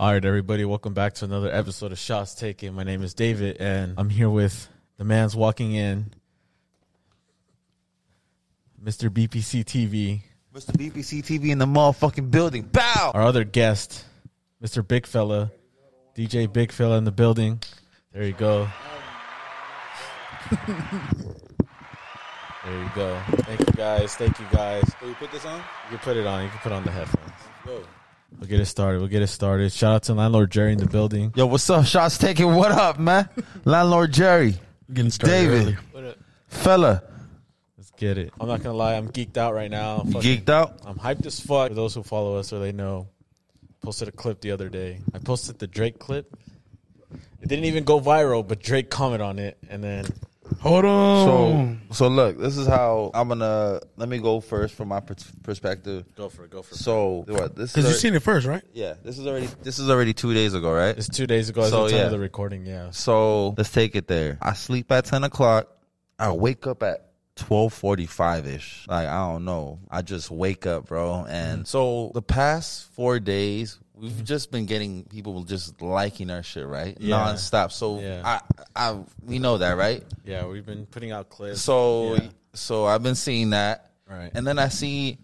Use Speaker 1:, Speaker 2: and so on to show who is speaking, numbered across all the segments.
Speaker 1: All right, everybody, welcome back to another episode of Shots Taken. My name is David, and I'm here with the man's walking in, Mr. BPC TV,
Speaker 2: Mr. BBC TV in the motherfucking building. Bow.
Speaker 1: our other guest, Mr. Big Fella, DJ Big Fella in the building. There you go. there you go. Thank you guys. Thank you guys.
Speaker 3: Can we put this on?
Speaker 1: You can put it on. You can put on the headphones.
Speaker 3: Go.
Speaker 1: We'll get it started. We'll get it started. Shout out to landlord Jerry in the building.
Speaker 2: Yo, what's up? Shots taken. What up, man? Landlord Jerry,
Speaker 4: Getting started.
Speaker 2: David,
Speaker 4: early.
Speaker 2: fella,
Speaker 1: Let's get it. I'm not gonna lie. I'm geeked out right now.
Speaker 2: you
Speaker 1: Fucking-
Speaker 2: geeked out?
Speaker 1: I'm hyped as fuck. For those who follow us or they know, posted a clip the other day. I posted the Drake clip. It didn't even go viral, but Drake commented on it, and then
Speaker 4: Hold
Speaker 2: So,
Speaker 4: on.
Speaker 2: so look, this is how I'm gonna. Let me go first from my pers- perspective.
Speaker 1: go for it, go for
Speaker 2: So, what this is?
Speaker 4: Because you
Speaker 2: already-
Speaker 4: seen it first, right?
Speaker 2: yeah, this is already. This is already two days ago, right?
Speaker 1: It's two days ago. At
Speaker 2: So,
Speaker 1: the time
Speaker 2: yeah.
Speaker 1: of the recording, yeah.
Speaker 2: So let's take it there. I sleep at ten o'clock. I wake up at twelve forty five ish. Like I don't know. I just wake up, bro. And so the past four days, we've just been getting people just liking our shit, right?
Speaker 1: Yeah.
Speaker 2: Nonstop. So
Speaker 1: Yeah.
Speaker 2: I, I, we know that, right?
Speaker 1: Yeah, we've been putting out clips.
Speaker 2: So,
Speaker 1: Yeah.
Speaker 2: so I've been seeing that,
Speaker 1: Right.
Speaker 2: And then I see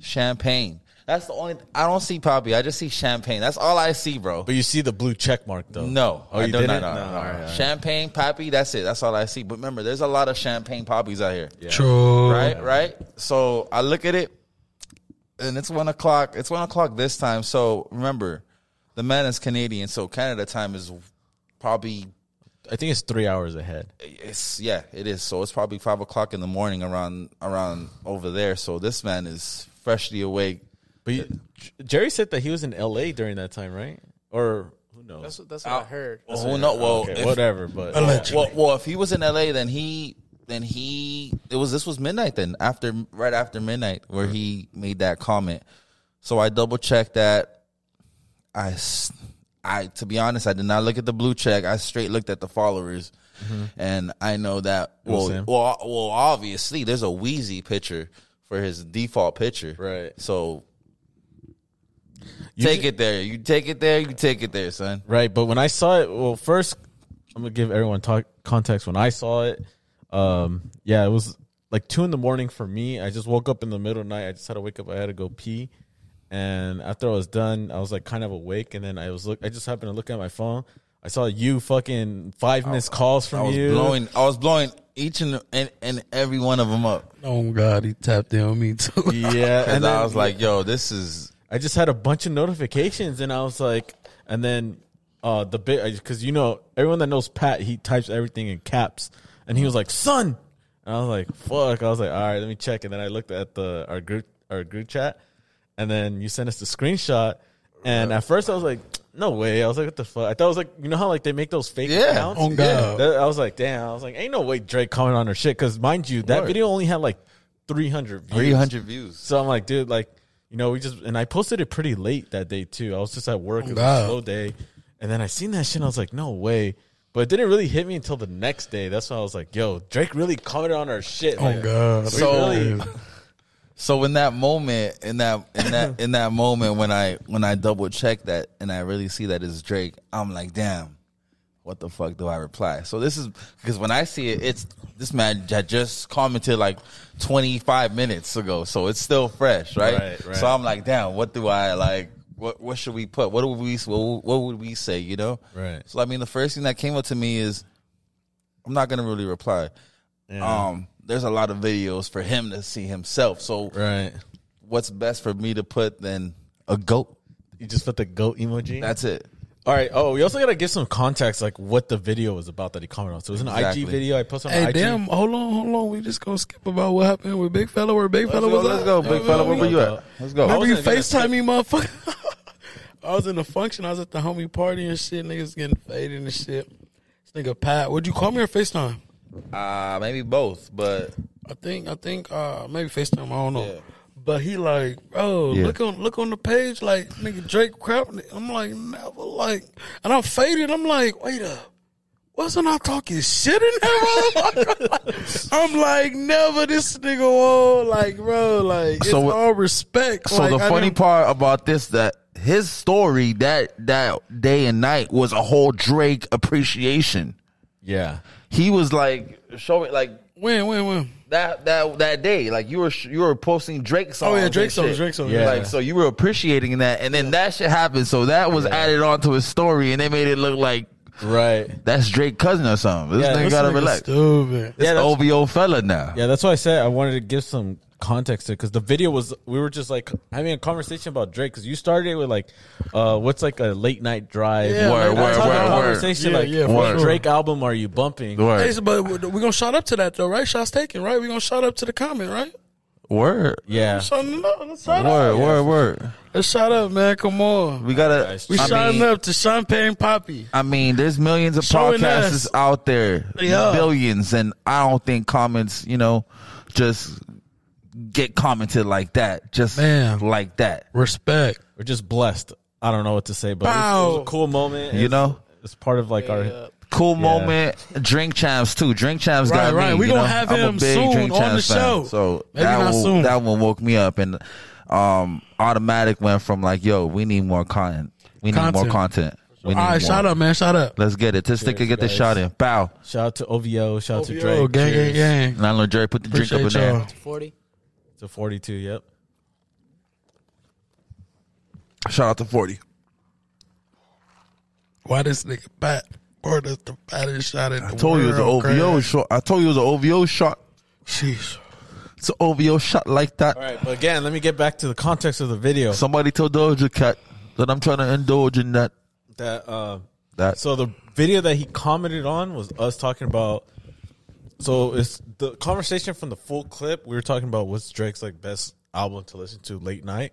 Speaker 2: champagne. That's the only. I don't see poppy. I just see champagne. That's all I see, bro.
Speaker 1: but you see the blue check mark though.
Speaker 2: No,
Speaker 1: oh,
Speaker 2: I
Speaker 1: you
Speaker 2: do
Speaker 1: didn't.
Speaker 2: not know.
Speaker 1: all right, all right.
Speaker 2: Champagne poppy, that's it. That's all I see. But remember, there's a lot of champagne poppies out here,
Speaker 1: Yeah.
Speaker 4: True.
Speaker 2: right? Right. So I look at it, and it's one o'clock. It's one o'clock this time. So remember, the man is Canadian, so Canada time is probably
Speaker 1: I think it's three hours ahead.
Speaker 2: it's yeah, it is. So it's probably five o'clock in the morning around around over there. So this man is freshly awake.
Speaker 1: But you, J- Jerry said that he was in L.A. during that time, right? Or who knows?
Speaker 5: That's what, that's what I heard.
Speaker 2: Well, who know? Well,
Speaker 1: okay,
Speaker 2: if-
Speaker 1: whatever. But
Speaker 4: Allegedly.
Speaker 2: Well, well, if he was in LA, then he then he it was this was midnight then after right after midnight where he made that comment. So I double checked that. I s- I to be honest, I did not look at the blue check. I straight looked at the followers,
Speaker 1: Mm-hmm.
Speaker 2: and I know that well,
Speaker 1: was him.
Speaker 2: well, well, obviously there's a Wheezy picture for his default picture,
Speaker 1: Right.
Speaker 2: So.
Speaker 1: You
Speaker 2: take
Speaker 1: ju-
Speaker 2: it there. You take it there. You take it there, son.
Speaker 1: Right, but when I saw it, well, first I'm gonna give everyone talk, context. When I saw it, um, yeah, it was like two in the morning for me. I just woke up in the middle of the night. I just had to wake up. I had to go pee, and after I was done, I was like kind of awake. And then I was look. I just happened to look at my phone. I saw you fucking five missed calls from
Speaker 2: I Oh, was
Speaker 1: you.
Speaker 2: blowing. I was blowing each and, and and every one of them up.
Speaker 4: Oh God, he tapped in on me too.
Speaker 1: Yeah,
Speaker 2: And
Speaker 1: and then,
Speaker 2: I was like, yo, this is
Speaker 1: I just had a bunch of notifications, and I was like, and then uh the bit because you know everyone that knows Pat, he types everything in caps, and he was like, "Son," and I was like, "Fuck!" I was like, "All right, let me check." And then I looked at the our group our group chat, and then you sent us the screenshot, and at first I was like. No way! I was like, "What the fuck?" I thought it was like, you know how like they make those fake
Speaker 2: Yeah.
Speaker 1: accounts.
Speaker 4: Oh, God.
Speaker 1: That- I was like, "Damn!" I was like, "Ain't no way Drake commented on her shit." Because mind you, that
Speaker 2: Word.
Speaker 1: video only had like three hundred views.
Speaker 2: 300 views.
Speaker 1: So I'm like, dude, like, you know, we just and I posted it pretty late that day too. I was just at work, it was a
Speaker 4: God.
Speaker 1: slow day, and then I seen that shit. and I was like, no way. But it didn't really hit me until the next day. That's when I was like, yo, Drake really commented on our shit.
Speaker 4: Oh
Speaker 1: Like,
Speaker 4: God.
Speaker 1: So-
Speaker 4: Yeah.
Speaker 2: So in that moment, in that in that in that moment when I when I double check that and I really see that it's Drake, I'm like, damn, what the fuck do I reply? So this is because when I see it, it's this man had just commented like 25 minutes ago, so it's still fresh, right?
Speaker 1: Right, right.
Speaker 2: So I'm like, damn, what do I like? What what should we put? What do we what, what would we say? You know?
Speaker 1: Right.
Speaker 2: So I mean, the first thing that came up to me is, I'm not gonna really reply.
Speaker 1: Yeah.
Speaker 2: Um, there's a lot of videos for him to see himself. So
Speaker 1: right.
Speaker 2: what's best for me to put than a goat.
Speaker 1: You just put the goat emoji.
Speaker 2: That's it.
Speaker 1: All right. Oh, we also gotta give some context, like what the video was about that he commented on. So it was an
Speaker 2: Exactly.
Speaker 1: IG video. I posted on
Speaker 4: Hey,
Speaker 1: IG.
Speaker 4: damn! Hold on, hold on. We just gonna skip about what happened with Big Fella. Where Big Fella was at? Yeah, we-
Speaker 1: were you at?
Speaker 2: Let's go.
Speaker 4: Remember you
Speaker 1: wasn't gonna
Speaker 4: Facetime me, motherfucker. I was in a function. I was at the homie party and shit. Niggas getting faded and shit. This nigga Pat, would you call me or Facetime?
Speaker 2: Uh, maybe both, but
Speaker 4: I think I think uh maybe FaceTime, I don't know.
Speaker 2: Yeah.
Speaker 4: But he like, bro,
Speaker 2: Yeah.
Speaker 4: look on look on the page, like nigga Drake crap. I'm like, never like and I'm faded. I'm like, wait up. Wasn't I talking shit in there, motherfucker? I'm like, never this nigga whoa, like, bro, like it's
Speaker 2: So-
Speaker 4: all respect.
Speaker 2: so
Speaker 4: Like,
Speaker 2: the
Speaker 4: I
Speaker 2: funny
Speaker 4: didn't-
Speaker 2: part about this that his story that that day and night was a whole Drake appreciation.
Speaker 1: Yeah.
Speaker 2: He was like showing like
Speaker 4: When, when, when?
Speaker 2: that that that day, like you were sh- you were posting Drake songs.
Speaker 4: Oh, yeah, Drake
Speaker 2: and
Speaker 4: songs,
Speaker 2: shit.
Speaker 4: Drake songs.
Speaker 1: Yeah.
Speaker 2: Like so, you were appreciating that, and then that shit happened. So that was added onto his story, and they made it look like
Speaker 1: Right.
Speaker 2: that's Drake cousin or something. This
Speaker 1: Yeah,
Speaker 2: nigga
Speaker 1: this
Speaker 2: gotta
Speaker 4: Nigga
Speaker 2: relax.
Speaker 4: Stupid.
Speaker 2: It's
Speaker 1: Yeah, that's-
Speaker 2: OVO fella now.
Speaker 1: Yeah, that's why I said I wanted to give some context to because the video was we were just like having a conversation about Drake because you started it with like, uh, what's like a late night drive?
Speaker 4: Yeah,
Speaker 2: Word,
Speaker 1: Like,
Speaker 2: word,
Speaker 1: that's how the
Speaker 2: word, word.
Speaker 1: Conversation
Speaker 4: Yeah,
Speaker 1: like,
Speaker 4: yeah, for
Speaker 1: what
Speaker 2: sure.
Speaker 1: Drake album are you bumping?
Speaker 4: Hey,
Speaker 2: Word,
Speaker 4: so, but we're gonna shout up to that though, right? Shots taken, right? We're gonna shout up to the comment, right?
Speaker 2: word,
Speaker 1: Yeah,
Speaker 4: Shout it up. Let's shout up.
Speaker 2: word, word, word.
Speaker 4: Let's shout up, man. Come on.
Speaker 2: We gotta.
Speaker 1: Guys,
Speaker 4: We
Speaker 2: I
Speaker 4: shouting
Speaker 2: mean-
Speaker 4: up to Champagne Poppy.
Speaker 2: I mean, there's millions of
Speaker 4: Showing
Speaker 2: podcasts
Speaker 4: us.
Speaker 2: out there,
Speaker 4: Yeah.
Speaker 2: billions, and I don't think comments, you know, just get commented like that, just
Speaker 4: Man.
Speaker 2: like that.
Speaker 4: Respect.
Speaker 1: we're just blessed. I don't know what to say, but it was, it was
Speaker 4: Pow.
Speaker 1: a cool moment.
Speaker 2: You
Speaker 1: It's-
Speaker 2: know?
Speaker 1: it's part of like our
Speaker 2: Cool moment. Drink champs too. Drink champs
Speaker 4: Right,
Speaker 2: got me.
Speaker 4: right. We
Speaker 2: you
Speaker 4: gonna
Speaker 2: know?
Speaker 4: have
Speaker 2: I'm a
Speaker 4: him
Speaker 2: big
Speaker 4: soon
Speaker 2: Drink
Speaker 4: on the
Speaker 2: Champs fan.
Speaker 4: show.
Speaker 2: So
Speaker 4: Maybe
Speaker 2: that
Speaker 4: not
Speaker 2: one,
Speaker 4: soon.
Speaker 2: that one woke me up, and um, automatic went from like, yo, we need more content. We need more
Speaker 4: Content.
Speaker 2: content. We need
Speaker 4: All
Speaker 2: more.
Speaker 4: right, shout up, man. Shout up.
Speaker 2: Let's get it. This nigga get this
Speaker 1: guys.
Speaker 2: shot in. Bow.
Speaker 1: shout out to OVO, shout out to
Speaker 4: Yo,
Speaker 1: Drake,
Speaker 4: gang, gang,
Speaker 1: Cheers.
Speaker 4: gang.
Speaker 2: And I know Jerry put the drink
Speaker 4: Appreciate
Speaker 2: up in there.
Speaker 4: y'all.
Speaker 3: Forty.
Speaker 1: to forty two. Yep,
Speaker 2: Shout out to forty.
Speaker 4: Why this nigga bat? Or does the fattest shot in the
Speaker 2: I told you it was an
Speaker 4: world,
Speaker 2: OVO
Speaker 4: crack?
Speaker 2: shot. I told you it was an OVO shot.
Speaker 4: Jeez.
Speaker 2: It's an OVO shot like that.
Speaker 1: all right. But again, let me get back to the context of the video.
Speaker 2: Somebody told Doja Cat that I'm trying to indulge in that.
Speaker 1: that uh,
Speaker 2: That
Speaker 1: So the video that he commented on was us talking about. So it's the conversation from the full clip. We were talking about what's Drake's like best album to listen to late night.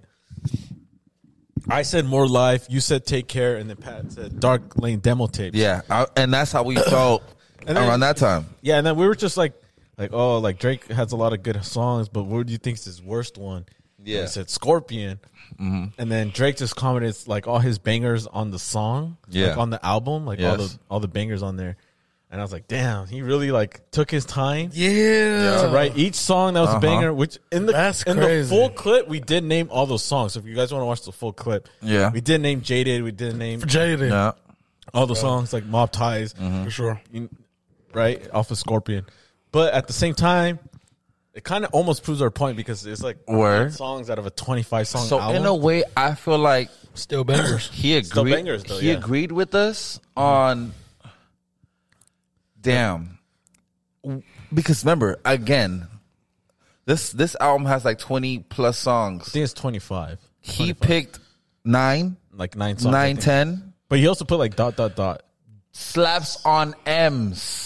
Speaker 1: I said more life. You said take care, and then Pat said dark lane demo tape.
Speaker 2: yeah, I, and that's how we felt
Speaker 1: And then-
Speaker 2: around that time.
Speaker 1: yeah. And then we were just like, like oh, like Drake has a lot of good songs, but what do you think's his worst one?
Speaker 2: Yeah. Mm-hmm.
Speaker 1: I said Scorpion, and then Drake just commented like all his bangers on the song,
Speaker 2: Yeah.
Speaker 1: like, on the album, like all
Speaker 2: Yes.
Speaker 1: the all the bangers on there. And I was like, damn, he really like took his time
Speaker 4: Yeah.
Speaker 1: to write each song that was
Speaker 2: Uh-huh.
Speaker 1: a banger. Which in the
Speaker 4: That's
Speaker 1: in the
Speaker 4: crazy.
Speaker 1: full clip, we did name all those songs. So if you guys want to watch the full clip,
Speaker 2: Yeah.
Speaker 1: we did name Jaded, we did name
Speaker 4: Jaden.
Speaker 2: Yeah,
Speaker 1: all the songs like Mob Ties,
Speaker 2: Mm-hmm.
Speaker 4: For sure.
Speaker 1: you- right off of Scorpion. But at the same time, it kind of almost proves our point because it's like
Speaker 2: Word.
Speaker 1: songs out of a twenty-five song.
Speaker 2: so
Speaker 1: album.
Speaker 2: in a way, I feel like
Speaker 4: Still bangers.
Speaker 2: he
Speaker 1: Still
Speaker 2: agreed.
Speaker 1: bangers, though,
Speaker 2: he
Speaker 1: yeah.
Speaker 2: agreed with us on. Damn, because remember again, this this album has like twenty plus
Speaker 1: I
Speaker 2: songs.
Speaker 1: think it's 25.
Speaker 2: He picked nine,
Speaker 1: Like nine songs. I
Speaker 2: nine,
Speaker 1: think.
Speaker 2: ten.
Speaker 1: But he also put like dot, dot, dot.
Speaker 2: slaps on M's.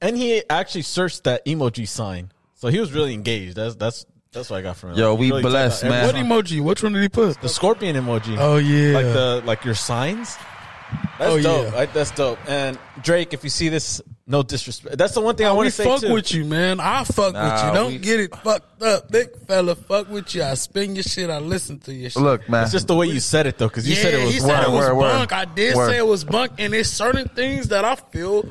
Speaker 1: And he actually searched that emoji sign. So he was really engaged. That's that's that's what I got from him.
Speaker 2: Yo,
Speaker 1: Like, he
Speaker 2: we
Speaker 1: took
Speaker 2: blessed,
Speaker 1: out every
Speaker 2: man.
Speaker 4: What
Speaker 1: song.
Speaker 4: emoji? Which one did he put?
Speaker 1: The scorpion emoji.
Speaker 4: Oh, yeah.
Speaker 1: Like the like your signs. That's
Speaker 4: Oh, yeah.
Speaker 1: dope. Like, that's dope. And Drake, if you see this, no disrespect. That's the one thing I want
Speaker 4: we
Speaker 1: to say
Speaker 4: fuck
Speaker 1: too.
Speaker 4: with you, man. I fuck with
Speaker 2: Nah,
Speaker 4: you. Don't
Speaker 2: we-
Speaker 4: get it fucked up, big fella. Fuck with you. I spin your shit. I listen to your shit.
Speaker 2: Look, man.
Speaker 1: It's just the way you said it though, because you said it was
Speaker 4: he
Speaker 2: word,
Speaker 4: said it was
Speaker 2: word, word.
Speaker 4: bunk. I did
Speaker 2: Word.
Speaker 4: say it was bunk, and there's certain things that I feel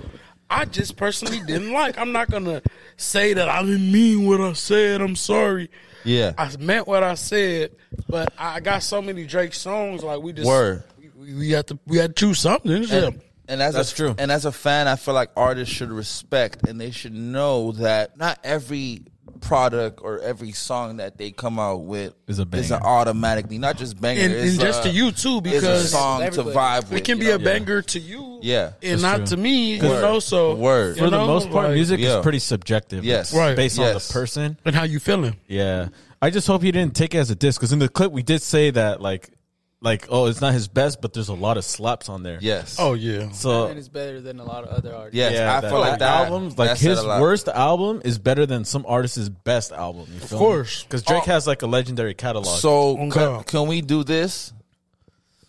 Speaker 4: I just personally didn't like. I'm not gonna say that I didn't mean what I said. I'm sorry.
Speaker 2: yeah.
Speaker 4: I meant what I said, but I got so many Drake songs. Like we just
Speaker 2: Word.
Speaker 4: We, we had to we had to choose something. Yeah.
Speaker 2: and, and as
Speaker 1: That's
Speaker 2: a,
Speaker 1: true.
Speaker 2: And as a fan, I feel like artists should respect and they should know that not every product or every song that they come out with
Speaker 1: Is a
Speaker 2: is
Speaker 1: banger.
Speaker 2: an automatically not just banger.
Speaker 4: and,
Speaker 2: it's
Speaker 4: and just
Speaker 2: a-
Speaker 4: to you too,
Speaker 2: it's a
Speaker 4: because
Speaker 2: song to
Speaker 3: Everybody.
Speaker 2: vibe with.
Speaker 4: it can
Speaker 2: you
Speaker 4: be
Speaker 2: know?
Speaker 4: a banger to you,
Speaker 2: Yeah.
Speaker 1: That's
Speaker 4: and not
Speaker 1: true.
Speaker 4: to me. You
Speaker 2: Word.
Speaker 4: know, so
Speaker 2: Word.
Speaker 4: you
Speaker 1: For the
Speaker 4: know,
Speaker 1: most part,
Speaker 4: like-
Speaker 1: music
Speaker 2: Yeah.
Speaker 1: is pretty subjective.
Speaker 2: Yes.
Speaker 4: Right.
Speaker 1: Based on
Speaker 2: Yes.
Speaker 1: the person.
Speaker 4: and how you feeling?
Speaker 1: Yeah, I just hope he didn't take it as a diss because in the clip we did say that like, like oh, it's not his best, but there's a lot of slaps on there.
Speaker 2: Yes.
Speaker 4: Oh yeah,
Speaker 1: So
Speaker 3: And it's better than a lot of other artists.
Speaker 2: yes.
Speaker 1: yeah,
Speaker 2: I feel like that
Speaker 1: albums like
Speaker 2: that said
Speaker 1: his
Speaker 2: a lot.
Speaker 1: worst album is better than some artist's best album. You feel
Speaker 4: course. Oh.
Speaker 1: because Drake has like a legendary catalog.
Speaker 2: So can,
Speaker 4: On God.
Speaker 2: can we do this?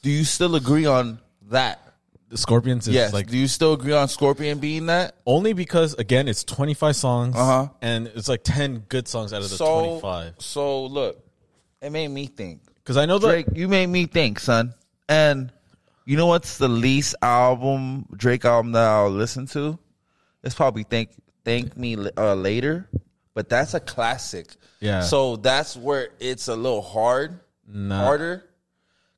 Speaker 2: Do you still agree on that?
Speaker 1: the Scorpions is
Speaker 2: Yes.
Speaker 1: like
Speaker 2: do you still agree on Scorpion being that?
Speaker 1: only because again it's 25 songs
Speaker 2: Uh-huh.
Speaker 1: and it's like 10 good songs out of the 25.
Speaker 2: So look, it made me think.
Speaker 1: Because I know that
Speaker 2: Drake, you made me think, son. And you know what's the least album Drake album that I'll listen to? It's probably Thank Thank Me uh, Later, but that's a classic.
Speaker 1: Yeah.
Speaker 2: So that's where it's a little hard, harder.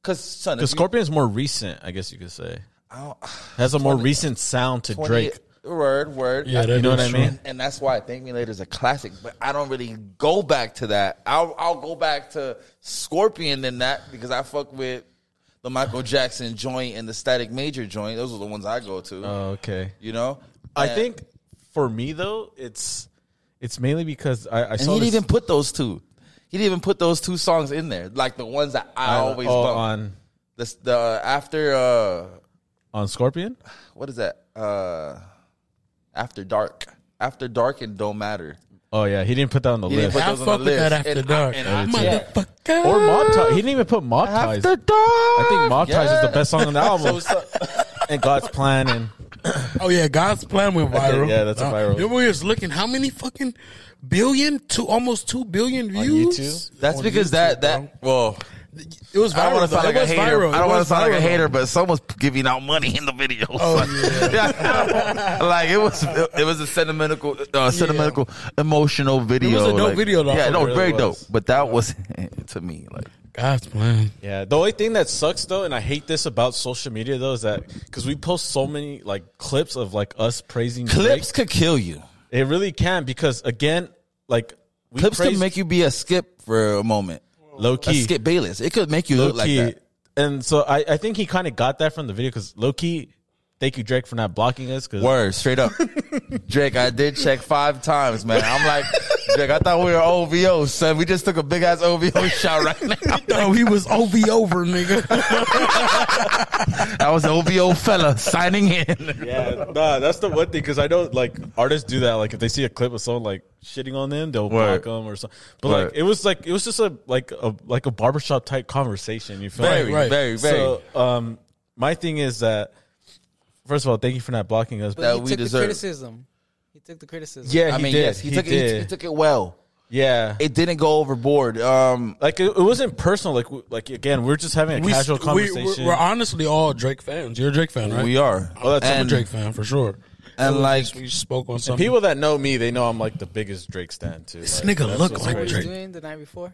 Speaker 2: Cause son,
Speaker 1: The
Speaker 2: if you-
Speaker 1: Scorpion's more recent, I guess you could say.
Speaker 2: I don't-
Speaker 1: Has a more recent sound to
Speaker 2: 20
Speaker 1: Drake.
Speaker 2: Word, word.
Speaker 4: Yeah,
Speaker 2: I-
Speaker 4: that
Speaker 1: You know
Speaker 4: is
Speaker 1: what I
Speaker 4: true.
Speaker 1: mean?
Speaker 2: and that's why Thank Me Later is a classic. But I don't really go back to that. I'll I'll go back to Scorpion and that because I fuck with the Michael Jackson joint and the Static Major joint. Those are the ones I go to.
Speaker 1: Oh, okay.
Speaker 2: you know,
Speaker 1: I
Speaker 2: And-
Speaker 1: think for me though, it's it's mainly because I, I
Speaker 2: and
Speaker 1: saw
Speaker 2: he
Speaker 1: this
Speaker 2: didn't even put those two. He didn't even put those two songs in there, like the ones that I,
Speaker 1: I-
Speaker 2: always
Speaker 1: oh,
Speaker 2: bump.
Speaker 1: on
Speaker 2: The, the after uh,
Speaker 1: on Scorpion.
Speaker 2: what is that? Uh, after dark. After dark and don't matter.
Speaker 1: Oh yeah, he didn't put that on the
Speaker 2: He didn't
Speaker 1: list.
Speaker 2: put
Speaker 4: I
Speaker 2: those on
Speaker 4: fuck
Speaker 2: the
Speaker 4: with that
Speaker 2: list.
Speaker 4: after
Speaker 2: And I-
Speaker 4: dark.
Speaker 2: and I- yeah.
Speaker 4: Motherfucker.
Speaker 1: or Mob Ties. He didn't even put Mob Ties.
Speaker 2: After dark.
Speaker 1: I think Mob Ties is the
Speaker 2: Yeah. uh,
Speaker 1: best song on the album. and God's Plan and
Speaker 4: Oh yeah, God's plan went viral. Uh,
Speaker 1: yeah, that's a viral.
Speaker 4: Then we was looking how many fucking billion to almost two billion views.
Speaker 1: YouTube?
Speaker 2: That's
Speaker 4: on
Speaker 2: because
Speaker 4: YouTube,
Speaker 2: that
Speaker 4: bro.
Speaker 2: that well,
Speaker 4: it was viral.
Speaker 2: I don't want to
Speaker 4: though.
Speaker 2: sound
Speaker 4: It
Speaker 2: like a
Speaker 4: was
Speaker 2: hater.
Speaker 4: viral.
Speaker 2: I don't
Speaker 4: It
Speaker 2: want to
Speaker 4: was
Speaker 2: sound like a
Speaker 4: viral.
Speaker 2: hater, but someone's giving out money in the video.
Speaker 4: Oh,
Speaker 2: yeah. like it was it, was a sentimental uh, sentimental emotional video.
Speaker 4: It was a dope
Speaker 2: like-
Speaker 4: video, though.
Speaker 2: Yeah, no,
Speaker 1: It really
Speaker 2: very dope.
Speaker 1: was.
Speaker 2: But that was to me like
Speaker 4: God's plan.
Speaker 1: Yeah, the only thing that sucks though, and I hate this about social media though, is that because we post so many like clips of like us praising
Speaker 2: clips
Speaker 1: Drake,
Speaker 2: could kill you.
Speaker 1: it really can because again, like we
Speaker 2: Clips
Speaker 1: praise
Speaker 2: could make you be a skip for a moment.
Speaker 1: low
Speaker 2: A
Speaker 1: key,
Speaker 2: skip Bayless. It could make you
Speaker 1: low
Speaker 2: look like
Speaker 1: key,
Speaker 2: that.
Speaker 1: and so I, I think he kind of got that from the video because low key, thank you Drake for not blocking us because
Speaker 2: Word, straight up. Drake, I did check five times, man. I'm like, Drake, I thought we were OVO, son. We just took a big ass OVO shot right now.
Speaker 4: No, he was OV over, nigga.
Speaker 2: I was an OVO fella signing in.
Speaker 1: Yeah, nah, that's the one thing because I know like artists do that. Like if they see a clip of someone like shitting on them, they'll block
Speaker 2: Right.
Speaker 1: them or something. But
Speaker 2: Right.
Speaker 1: like it was like it was just a like a like a barbershop type conversation. You feel
Speaker 2: Very,
Speaker 1: me?
Speaker 4: right.
Speaker 2: very, very.
Speaker 1: So um, my thing is that first of all, thank you for not blocking us.
Speaker 2: That
Speaker 1: But
Speaker 3: he
Speaker 2: Uh, we
Speaker 3: took
Speaker 2: deserve.
Speaker 3: the criticism. He took the criticism.
Speaker 1: yeah, he
Speaker 2: I mean,
Speaker 1: did.
Speaker 2: yes, he, took it. He,
Speaker 1: did.
Speaker 2: he took it well.
Speaker 1: yeah.
Speaker 2: It didn't go overboard. Um,
Speaker 1: like it, it wasn't personal. Like w- like again, we're just having a casual conversation.
Speaker 4: We, are honestly all Drake fans. You're a Drake fan, right?
Speaker 2: we are.
Speaker 1: Oh, that's-
Speaker 4: I'm
Speaker 2: and,
Speaker 4: a Drake fan for sure.
Speaker 2: and
Speaker 4: We
Speaker 2: like,
Speaker 4: just- we spoke on something.
Speaker 1: People that know me, they know I'm like the biggest Drake stan too.
Speaker 4: this
Speaker 1: Like,
Speaker 4: nigga
Speaker 1: that's
Speaker 4: look
Speaker 1: what's
Speaker 4: like
Speaker 1: crazy.
Speaker 4: Drake.
Speaker 3: doing the night before.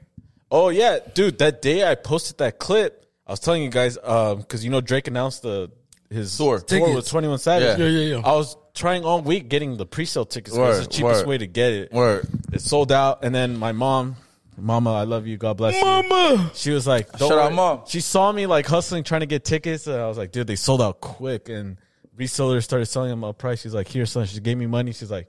Speaker 1: Oh yeah, dude. That day I posted that clip, I was telling you guys, um, because you know Drake announced the his
Speaker 2: Tour.
Speaker 1: tour,
Speaker 4: Tickets.
Speaker 1: with Twenty One Savage.
Speaker 2: Yeah.
Speaker 4: Yeah, yeah, yeah.
Speaker 1: I was trying all week getting the pre-sale tickets. 'cause
Speaker 2: Word,
Speaker 1: it's the cheapest
Speaker 2: word.
Speaker 1: way to get it.
Speaker 2: word.
Speaker 1: It sold out, and then my mom, Mama, I love you. God bless you.
Speaker 4: Mama.
Speaker 1: She was like, Don't
Speaker 2: Shout out,
Speaker 1: worry.
Speaker 2: Mom.
Speaker 1: She saw me like hustling, trying to get tickets. And I was like, dude, they sold out quick. And resellers started selling them a price. She's like, here, son. She gave me money. She's like,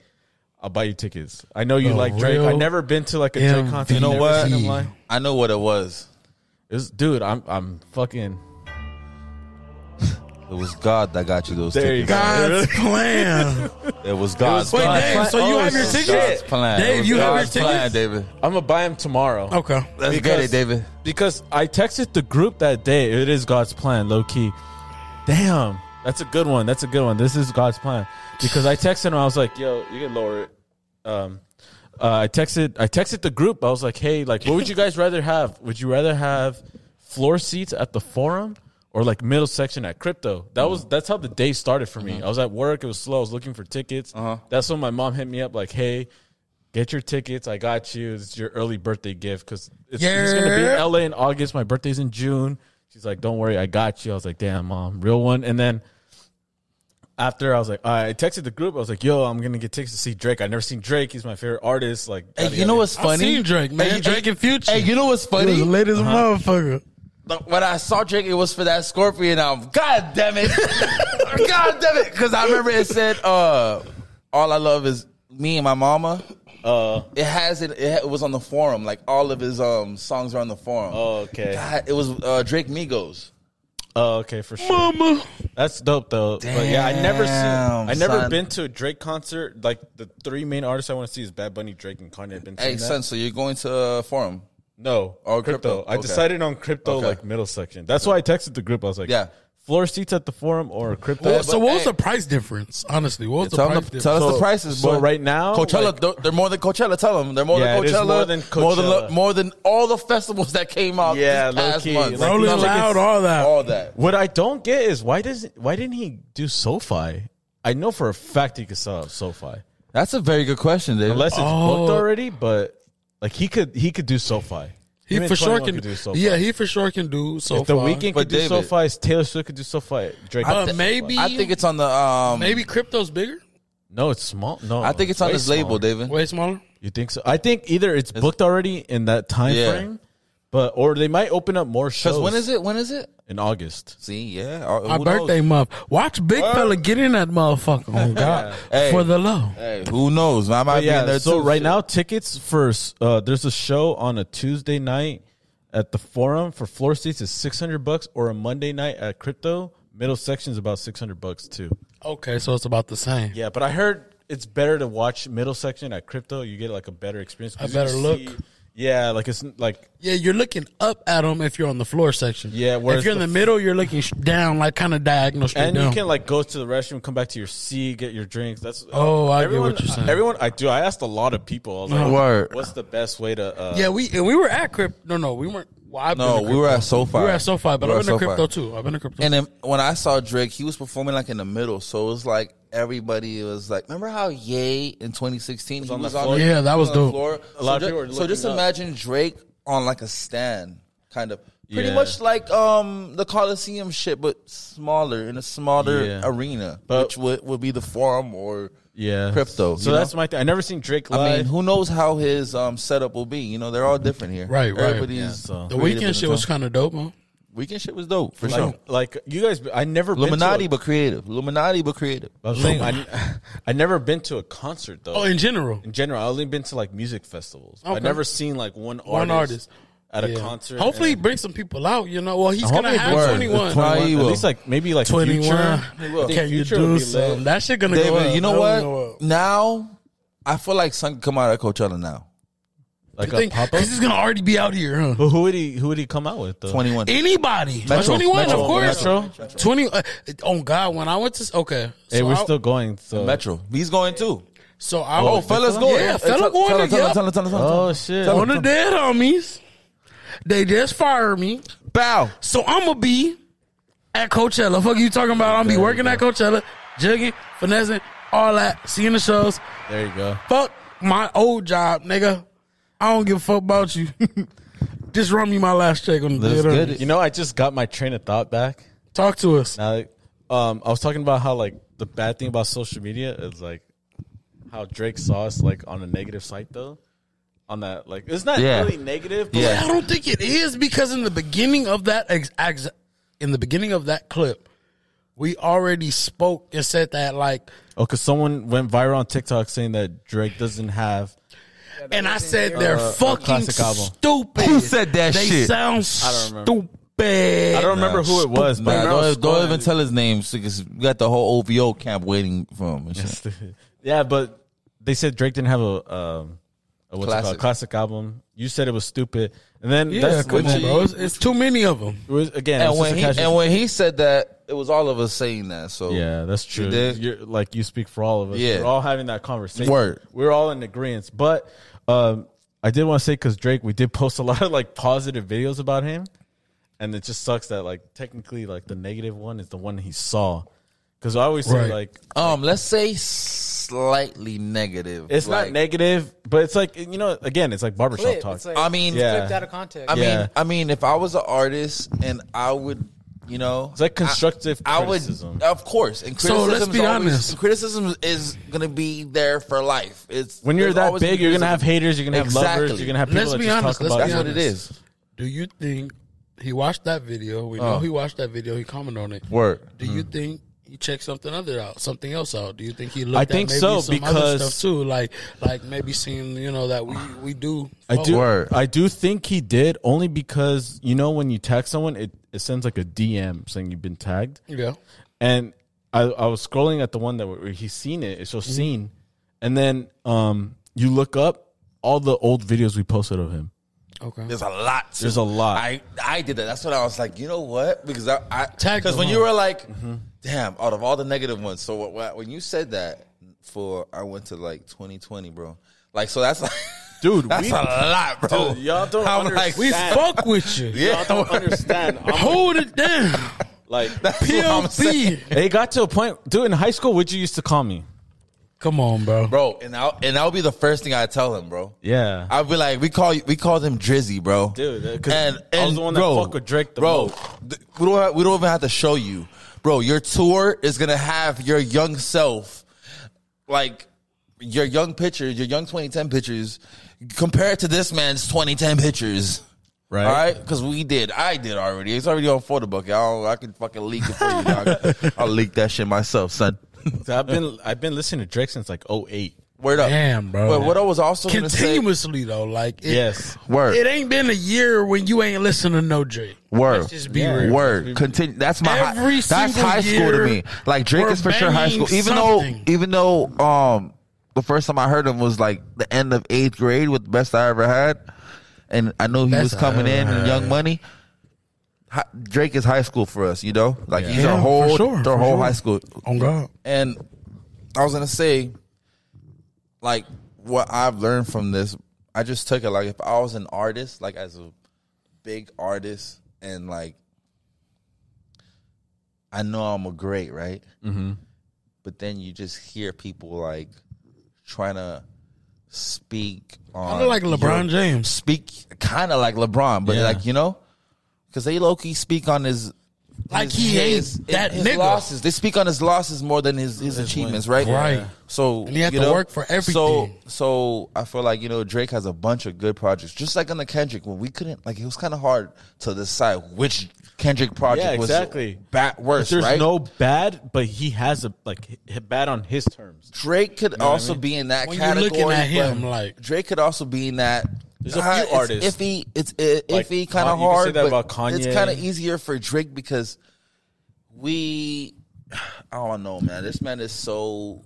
Speaker 1: I'll buy you tickets. I know you
Speaker 4: The
Speaker 1: like Drake. I
Speaker 4: real
Speaker 1: never been to like a Drake concert.
Speaker 4: You know
Speaker 1: Never
Speaker 4: what?
Speaker 1: seen him live.
Speaker 2: I know what it was.
Speaker 1: It was, dude, I'm I'm fucking.
Speaker 2: It was God that got you those
Speaker 1: There you
Speaker 2: tickets.
Speaker 4: God's plan.
Speaker 2: It was God's
Speaker 4: Wait,
Speaker 2: plan.
Speaker 4: Dave, so you have your
Speaker 2: God's
Speaker 4: ticket?
Speaker 2: plan.
Speaker 4: Dave,
Speaker 2: It was
Speaker 4: you have your
Speaker 2: God's plan,
Speaker 4: tickets?
Speaker 2: David.
Speaker 1: I'm gonna buy him tomorrow.
Speaker 4: Okay.
Speaker 2: Let's get
Speaker 1: Because-
Speaker 2: it, David.
Speaker 1: Because I texted the group that day. It is God's plan, low key. Damn, that's a good one. That's a good one. This is God's plan. Because I texted him. I was like, yo, you can lower it. Um, uh, I texted. I texted the group. I was like, hey, like, what would you guys rather have? Would you rather have floor seats at the forum? Or like middle section at crypto. That was that's how the day started for me. I was at work. It was slow. I was looking for tickets. That's when my mom hit me up like, "Hey, Get your tickets. I got you. It's your early birthday gift because it's, it's going to be in
Speaker 4: Yeah.
Speaker 1: LA in August. My birthday's in June. She's like, don't worry. I got you. I was like, damn, mom, real one. And then after I was like, all right, I texted the group. I was like, yo, I'm going to get tickets to see Drake. I've never seen Drake. He's my favorite artist. Like,
Speaker 2: Hey,
Speaker 1: yada,
Speaker 2: you know
Speaker 1: yada.
Speaker 2: what's funny?
Speaker 4: seen Drake, man. Drake and Future.
Speaker 2: Hey, you know what's
Speaker 4: He
Speaker 2: funny? Uh-huh.
Speaker 4: was the latest motherfucker.
Speaker 2: Look, when I saw Drake, it was for that Scorpion album. God damn it! God damn it! Because I remember it said, uh, "All I love is me and my mama."
Speaker 1: Uh,
Speaker 2: It has it. It ha- it was on the forum. Like all of his um songs are on the forum.
Speaker 1: oh, okay.
Speaker 2: God, it was uh, Drake Migos.
Speaker 1: Oh, okay, for sure.
Speaker 4: Mama.
Speaker 1: That's dope though. but yeah, I never seen.
Speaker 2: Damn,
Speaker 1: I never
Speaker 2: son.
Speaker 1: been to a Drake concert. Like the three main artists I want to see is Bad Bunny, Drake, and Kanye. I've been to
Speaker 2: Hey,
Speaker 1: that.
Speaker 2: son, so you're going to uh, forum?
Speaker 1: No.
Speaker 2: Oh,
Speaker 1: Oh,
Speaker 2: crypto.
Speaker 1: crypto. I
Speaker 2: Okay.
Speaker 1: decided on crypto
Speaker 2: Okay.
Speaker 1: like middle section. That's why I texted the group. I was like,
Speaker 2: Yeah.
Speaker 1: floor seats at the forum or crypto."
Speaker 4: Well, so
Speaker 2: but,
Speaker 4: what was
Speaker 2: hey.
Speaker 4: the price difference? Honestly, what was the
Speaker 2: Tell,
Speaker 4: price
Speaker 2: them the,
Speaker 4: difference?
Speaker 2: tell us
Speaker 1: So-
Speaker 2: the prices, boy.
Speaker 1: so right now,
Speaker 2: Coachella,
Speaker 1: like-
Speaker 2: th- they're more than Coachella. Tell them they're more
Speaker 1: Yeah,
Speaker 2: than
Speaker 1: it is
Speaker 2: Coachella,
Speaker 1: more than
Speaker 2: more than lo-
Speaker 1: Coachella.
Speaker 2: more than all the festivals that came out.
Speaker 1: Yeah,
Speaker 2: this past
Speaker 1: low-key,
Speaker 2: month.
Speaker 1: like,
Speaker 4: Rolling
Speaker 2: Tell them
Speaker 4: Loud,
Speaker 2: it's-
Speaker 4: all that.
Speaker 2: all that.
Speaker 1: what I don't get is why does why didn't he do SoFi? I know for a fact he could sell out SoFi
Speaker 2: That's a very good question, dude.
Speaker 1: unless it's
Speaker 4: Oh.
Speaker 1: booked already. But like he could he could do SoFi.
Speaker 4: He
Speaker 1: and
Speaker 4: for sure
Speaker 1: 21
Speaker 4: can.
Speaker 1: could do SoFi.
Speaker 4: yeah, he for sure can do so
Speaker 1: if the
Speaker 4: far.
Speaker 1: weekend
Speaker 2: But
Speaker 1: could do
Speaker 2: David-
Speaker 1: SoFi, Taylor Swift could do SoFi. Drake,
Speaker 4: Uh,
Speaker 1: could do SoFi.
Speaker 4: maybe
Speaker 2: I think it's on the um.
Speaker 4: maybe crypto's bigger,
Speaker 1: no, it's small. No,
Speaker 2: I think it's on
Speaker 1: way
Speaker 2: his label,
Speaker 1: smaller.
Speaker 2: David.
Speaker 4: way smaller.
Speaker 1: You think so? I think either it's booked already in that time
Speaker 2: Yeah.
Speaker 1: frame, but or they might open up more shows.
Speaker 2: Because when is it? When is it?
Speaker 1: in August?
Speaker 2: See, yeah, or-
Speaker 4: My
Speaker 2: who knows?
Speaker 4: birthday month. Watch Big Fella get in that motherfucker. Oh God,
Speaker 2: Hey.
Speaker 4: for the low.
Speaker 2: Hey, who knows? I might be in
Speaker 1: yeah.
Speaker 2: there
Speaker 1: So
Speaker 2: too.
Speaker 1: right
Speaker 2: Shit.
Speaker 1: now, tickets for uh, there's a show on a Tuesday night at the Forum for floor seats is six hundred bucks, or a Monday night at Crypto. Middle section's about six hundred bucks too.
Speaker 4: Okay, so it's about the same.
Speaker 1: Yeah, but I heard it's better to watch middle section at Crypto. You get like a better experience. 'cause
Speaker 4: A
Speaker 1: you can
Speaker 4: better look.
Speaker 1: yeah, like it's like
Speaker 4: Yeah, you're looking up at them if you're on the floor section.
Speaker 1: Yeah,
Speaker 4: if
Speaker 1: whereas
Speaker 4: you're in
Speaker 1: the-
Speaker 4: the middle, you're looking sh- down, like kind of diagonal straight
Speaker 1: and
Speaker 4: down.
Speaker 1: you can like go to the restroom, come back to your seat, get your drinks. That's
Speaker 4: Oh, I get
Speaker 1: everyone,
Speaker 4: what you're saying.
Speaker 1: Everyone, I do. I asked a lot of people. I was like,
Speaker 2: Word.
Speaker 1: "What's the best way to?" Uh,
Speaker 4: yeah, we and we were at crypto. No, no, we weren't. Well, I've
Speaker 2: No,
Speaker 4: been to
Speaker 2: we were
Speaker 4: Crypto.
Speaker 2: at SoFi.
Speaker 4: We were at SoFi, but
Speaker 2: We were
Speaker 4: I've been to
Speaker 2: at SoFi.
Speaker 4: crypto too. I've been to crypto.
Speaker 2: And then when I saw Drake, he was performing like in the middle, so it was like everybody was like, "Remember how Ye in 2016 he
Speaker 1: on
Speaker 2: was
Speaker 1: the
Speaker 2: on
Speaker 1: floor.
Speaker 2: the-
Speaker 4: Yeah, that was
Speaker 2: on the
Speaker 4: dope.
Speaker 2: floor?
Speaker 1: A lot of
Speaker 2: so
Speaker 1: people were
Speaker 2: just, so
Speaker 1: looking
Speaker 2: just
Speaker 1: up.
Speaker 2: imagine Drake on like a stand, kind of pretty
Speaker 1: Yeah.
Speaker 2: much like um the Coliseum shit, but smaller in a smaller
Speaker 1: Yeah.
Speaker 2: arena,
Speaker 1: But-
Speaker 2: which would would be the Forum or
Speaker 1: yeah,
Speaker 2: Crypto.
Speaker 1: So
Speaker 2: you
Speaker 1: that's
Speaker 2: know?
Speaker 1: my thing. I never seen Drake live.
Speaker 2: I mean, who knows how his um setup will be? You know, they're all different here.
Speaker 4: Right, right.
Speaker 2: Everybody's
Speaker 1: Yeah, so-
Speaker 4: the
Speaker 2: creative in
Speaker 4: weekend
Speaker 2: their
Speaker 4: shit was
Speaker 2: own-
Speaker 4: kind of dope, man.
Speaker 2: weekend shit was dope for
Speaker 1: like,
Speaker 2: sure.
Speaker 1: like you guys, I never
Speaker 2: Illuminati,
Speaker 1: Been to
Speaker 2: but creative. Illuminati, but creative.
Speaker 1: a, I was saying, I, I never been to a concert though.
Speaker 4: Oh, in general,
Speaker 1: in general, I only been to like music festivals.
Speaker 4: Okay.
Speaker 1: I've never seen like one artist,
Speaker 4: One artist.
Speaker 1: at a
Speaker 4: Yeah.
Speaker 1: concert.
Speaker 4: Hopefully, he
Speaker 1: and-
Speaker 4: brings some people out. You know, well, he's
Speaker 1: Hopefully
Speaker 4: gonna
Speaker 1: he
Speaker 4: have
Speaker 1: brings-
Speaker 4: twenty
Speaker 1: at
Speaker 4: one.
Speaker 2: Nah, he
Speaker 1: at
Speaker 2: will.
Speaker 1: least like maybe like
Speaker 4: Twenty one.
Speaker 1: Future. I think
Speaker 4: Can you
Speaker 1: Future would
Speaker 4: do
Speaker 1: be lit.
Speaker 4: some? That shit gonna go
Speaker 2: David,
Speaker 4: up.
Speaker 2: you know
Speaker 4: That
Speaker 2: what?
Speaker 4: would go up.
Speaker 2: Now, I feel like something come out at Coachella now.
Speaker 1: Like
Speaker 4: You think
Speaker 1: a pop up.
Speaker 4: because he's gonna already be out here, huh?
Speaker 1: Who, who would he? Who would he come out with? Though?
Speaker 2: Twenty one.
Speaker 4: Anybody,
Speaker 2: Metro,
Speaker 4: twenty one, of
Speaker 2: Metro,
Speaker 4: course.
Speaker 1: Metro.
Speaker 4: Twenty. Uh, oh God, when I went to okay, so
Speaker 1: Hey, we're
Speaker 4: I,
Speaker 1: still going. So.
Speaker 2: Metro. He's going too.
Speaker 4: So I
Speaker 2: Oh,
Speaker 4: was-
Speaker 2: fella's going.
Speaker 4: Yeah,
Speaker 2: Hey,
Speaker 4: fella
Speaker 2: tell-
Speaker 4: going.
Speaker 2: Tell him, tell him,
Speaker 4: yep.
Speaker 2: tell him, tell him, tell him, tell
Speaker 1: Oh
Speaker 2: him.
Speaker 1: shit!
Speaker 4: on the dead homies. They just fired me,
Speaker 2: Bow.
Speaker 4: so I'm gonna be at Coachella. Fuck you talking about? I'm gonna be working at Coachella, jugging, finessing, all that, seeing the shows.
Speaker 1: There you go.
Speaker 4: Fuck my old job, nigga. I don't give a fuck about you. just run me my last check on the
Speaker 2: Let's
Speaker 4: dead
Speaker 2: get
Speaker 4: homies.
Speaker 2: it.
Speaker 1: You know, I just got my train of thought back.
Speaker 4: Talk to us.
Speaker 1: Now, like, um, I was talking about how like the bad thing about social media is like how Drake saw us like on a negative side though. On that, like it's not
Speaker 2: Yeah.
Speaker 1: really negative. But,
Speaker 2: Yeah.
Speaker 1: like,
Speaker 4: I don't think it is because in the beginning of that ex- ex- in the beginning of that clip, we already spoke and said that like,
Speaker 1: oh, because someone went viral on TikTok saying that Drake doesn't have.
Speaker 4: and I said they're fucking
Speaker 1: uh, classic album.
Speaker 4: stupid.
Speaker 2: Who said that
Speaker 4: they
Speaker 2: shit?
Speaker 4: sound
Speaker 1: remember.
Speaker 4: stupid.
Speaker 1: I don't remember who it was, but
Speaker 2: Nah,
Speaker 1: I remember I was
Speaker 2: don't, don't
Speaker 1: scrolling.
Speaker 2: even tell his name because we got the whole OVO camp waiting for him. and shit.
Speaker 1: yeah, but they said Drake didn't have a, um, a what's classic. It
Speaker 2: Classic.
Speaker 1: called? classic album. You said it was stupid, and then
Speaker 4: Yeah,
Speaker 1: that's
Speaker 4: come
Speaker 1: which-
Speaker 4: on, bro. It's, it's too many of them.
Speaker 1: It was, again,
Speaker 2: And
Speaker 1: it was
Speaker 2: when
Speaker 1: just a
Speaker 2: he
Speaker 1: casual-
Speaker 2: and when he said that, it was all of us saying that. So
Speaker 1: yeah, that's true.
Speaker 2: did.
Speaker 1: You're, like you speak for all of us.
Speaker 2: Yeah.
Speaker 1: We're all having that conversation.
Speaker 2: Word.
Speaker 1: We're all in agreement. But um, I did want to say because Drake, we did post a lot of like positive videos about him, and it just sucks that like technically like the negative one is the one he saw. Because I always
Speaker 4: Right.
Speaker 1: say like
Speaker 2: um, let's say slightly negative.
Speaker 1: it's
Speaker 2: Like,
Speaker 1: not negative, but it's like you know again, it's like barbershop
Speaker 3: Clip.
Speaker 1: talk.
Speaker 3: It's like,
Speaker 2: I mean,
Speaker 1: Yeah.
Speaker 3: clipped out of context.
Speaker 2: I
Speaker 1: Yeah.
Speaker 2: mean, I mean, if I was an artist and I would, you know,
Speaker 1: It's like constructive
Speaker 2: I, I
Speaker 1: criticism.
Speaker 2: would, of course. And
Speaker 4: So
Speaker 2: criticism
Speaker 4: let's be
Speaker 2: is always-
Speaker 4: honest.
Speaker 2: criticism is gonna be there for life. It's
Speaker 1: when you're
Speaker 2: there's
Speaker 1: that
Speaker 2: always
Speaker 1: big, you're gonna have
Speaker 2: criticism.
Speaker 1: haters, you're gonna have lovers,
Speaker 2: Exactly.
Speaker 1: you're gonna have people
Speaker 4: Let's
Speaker 1: that
Speaker 4: be
Speaker 1: just
Speaker 4: honest,
Speaker 1: talk
Speaker 4: let's
Speaker 1: about
Speaker 4: be
Speaker 2: That's
Speaker 1: you.
Speaker 2: what it is.
Speaker 4: Do you think he watched that video? We
Speaker 1: Oh.
Speaker 4: know he watched that video. He commented on it.
Speaker 2: Word.
Speaker 4: Do you think he checked something other out, something else out? Do you think he looked?
Speaker 1: Mm-hmm. I
Speaker 4: at
Speaker 1: think
Speaker 4: maybe
Speaker 1: so,
Speaker 4: some other
Speaker 1: because-
Speaker 4: stuff too, like like maybe seeing you know that we we do.
Speaker 1: I
Speaker 4: fuck
Speaker 1: do.
Speaker 4: with.
Speaker 2: Word.
Speaker 1: I do think he did only because you know when you tag someone, it, it sends like a DM saying you've been tagged.
Speaker 4: Yeah,
Speaker 1: And I, I was scrolling at the one that where he's seen it. It's just
Speaker 2: Mm-hmm.
Speaker 1: seen, and then um you look up all the old videos we posted of him.
Speaker 4: okay.
Speaker 2: There's a lot. to-
Speaker 1: There's a lot.
Speaker 2: I I did that. That's what I was like. You know what? Because I
Speaker 4: Tag
Speaker 2: because
Speaker 4: them,
Speaker 2: when you
Speaker 4: huh?
Speaker 2: were like, damn, out of all the negative ones. So what, what, when you said that for I went to like 2020, bro. Like so that's like.
Speaker 1: Dude,
Speaker 2: that's
Speaker 1: we-
Speaker 2: a lot, bro.
Speaker 1: Dude, y'all don't
Speaker 2: I'm like,
Speaker 4: We fuck with you.
Speaker 2: yeah,
Speaker 1: understand.
Speaker 4: Hold it down.
Speaker 1: like
Speaker 2: That's what I'm saying.
Speaker 4: PLP.
Speaker 1: it got to a point, dude. In high school, would you used to call me?
Speaker 4: Come on, bro.
Speaker 2: bro. And I'll and that'll be the first thing I tell him, bro.
Speaker 1: Yeah.
Speaker 2: I'll be like, we call you, we called him Drizzy, bro.
Speaker 1: Dude, that- 'cause I was the one that fuck with Drake the
Speaker 2: bro,
Speaker 1: most.
Speaker 2: th- we don't have, we don't even have to show you, bro. Your tour is gonna have your young self, like your young pictures, your young 2010 pictures, compared to this man's 2010 pictures.
Speaker 1: Right.
Speaker 2: All right, because we did. I did already. It's already on photo book. I don't, I can fucking leak it for you. Dog. I'll leak that shit myself, son.
Speaker 1: So I've been I've been listening to Drake since like 08.
Speaker 2: Word up,
Speaker 4: Damn, bro.
Speaker 2: But what I was also gonna say,
Speaker 4: Continuously though, like it,
Speaker 1: Yes.
Speaker 2: word,
Speaker 4: It ain't been a year when you ain't listening to no Drake.
Speaker 2: Word.
Speaker 4: Let's just be
Speaker 1: Yeah.
Speaker 4: real.
Speaker 2: Word. Continue. That's my
Speaker 4: Every
Speaker 2: high, that's
Speaker 4: single
Speaker 2: high school to
Speaker 4: year,
Speaker 2: me. Like Drake
Speaker 4: we're
Speaker 2: is for sure high
Speaker 4: banging
Speaker 2: school. Even
Speaker 4: something.
Speaker 2: though, even though, um, the first time I heard him was like the end of eighth grade with the best I ever had, and I knew he
Speaker 4: Best
Speaker 2: was coming
Speaker 4: I
Speaker 2: in
Speaker 4: ever
Speaker 2: and Young
Speaker 4: had.
Speaker 2: Money. Hi- Drake is high school for us, you know. Like he's
Speaker 4: Yeah,
Speaker 2: our
Speaker 4: for
Speaker 2: whole,
Speaker 4: sure,
Speaker 2: their
Speaker 4: for
Speaker 2: whole
Speaker 4: sure.
Speaker 2: high school.
Speaker 4: On God.
Speaker 2: And I was gonna say, like, what I've learned from this, I just took it like if I was an artist, like as a big artist, and like I know I'm a great, right? Mm-hmm. But then you just hear people like trying to speak on
Speaker 4: Kinda like LeBron
Speaker 2: your-
Speaker 4: James.
Speaker 2: speak kind of like LeBron, but
Speaker 1: Yeah.
Speaker 2: like you know, because they low key speak on his.
Speaker 4: Like
Speaker 2: his-
Speaker 4: he ain't
Speaker 2: his-
Speaker 4: that
Speaker 2: his
Speaker 4: nigga.
Speaker 2: losses. They speak on his losses more than his, his achievements, right?
Speaker 4: Right.
Speaker 2: So
Speaker 4: And he had
Speaker 2: you
Speaker 4: to
Speaker 2: know,
Speaker 4: work for
Speaker 2: So
Speaker 4: everything.
Speaker 2: so I feel like you know Drake has a bunch of good projects, just like on the Kendrick when we couldn't like it was kind of hard to decide which Kendrick project
Speaker 1: Yeah, exactly.
Speaker 2: was bad worse.
Speaker 1: There's
Speaker 2: right?
Speaker 1: no bad, but he has a like h- bad on his terms.
Speaker 2: Drake could also be in that
Speaker 4: When you're
Speaker 2: category.
Speaker 4: looking at him,
Speaker 2: but
Speaker 4: like-
Speaker 2: Drake could also be in that.
Speaker 1: There's a
Speaker 2: Ah,
Speaker 1: few
Speaker 2: it's
Speaker 1: artists.
Speaker 2: Iffy, it's i-
Speaker 1: Like,
Speaker 2: iffy, kind of
Speaker 1: you can
Speaker 2: hard.
Speaker 1: say that
Speaker 2: but
Speaker 1: about Kanye.
Speaker 2: It's kind of easier for Drake because we, I don't know, man. This man is so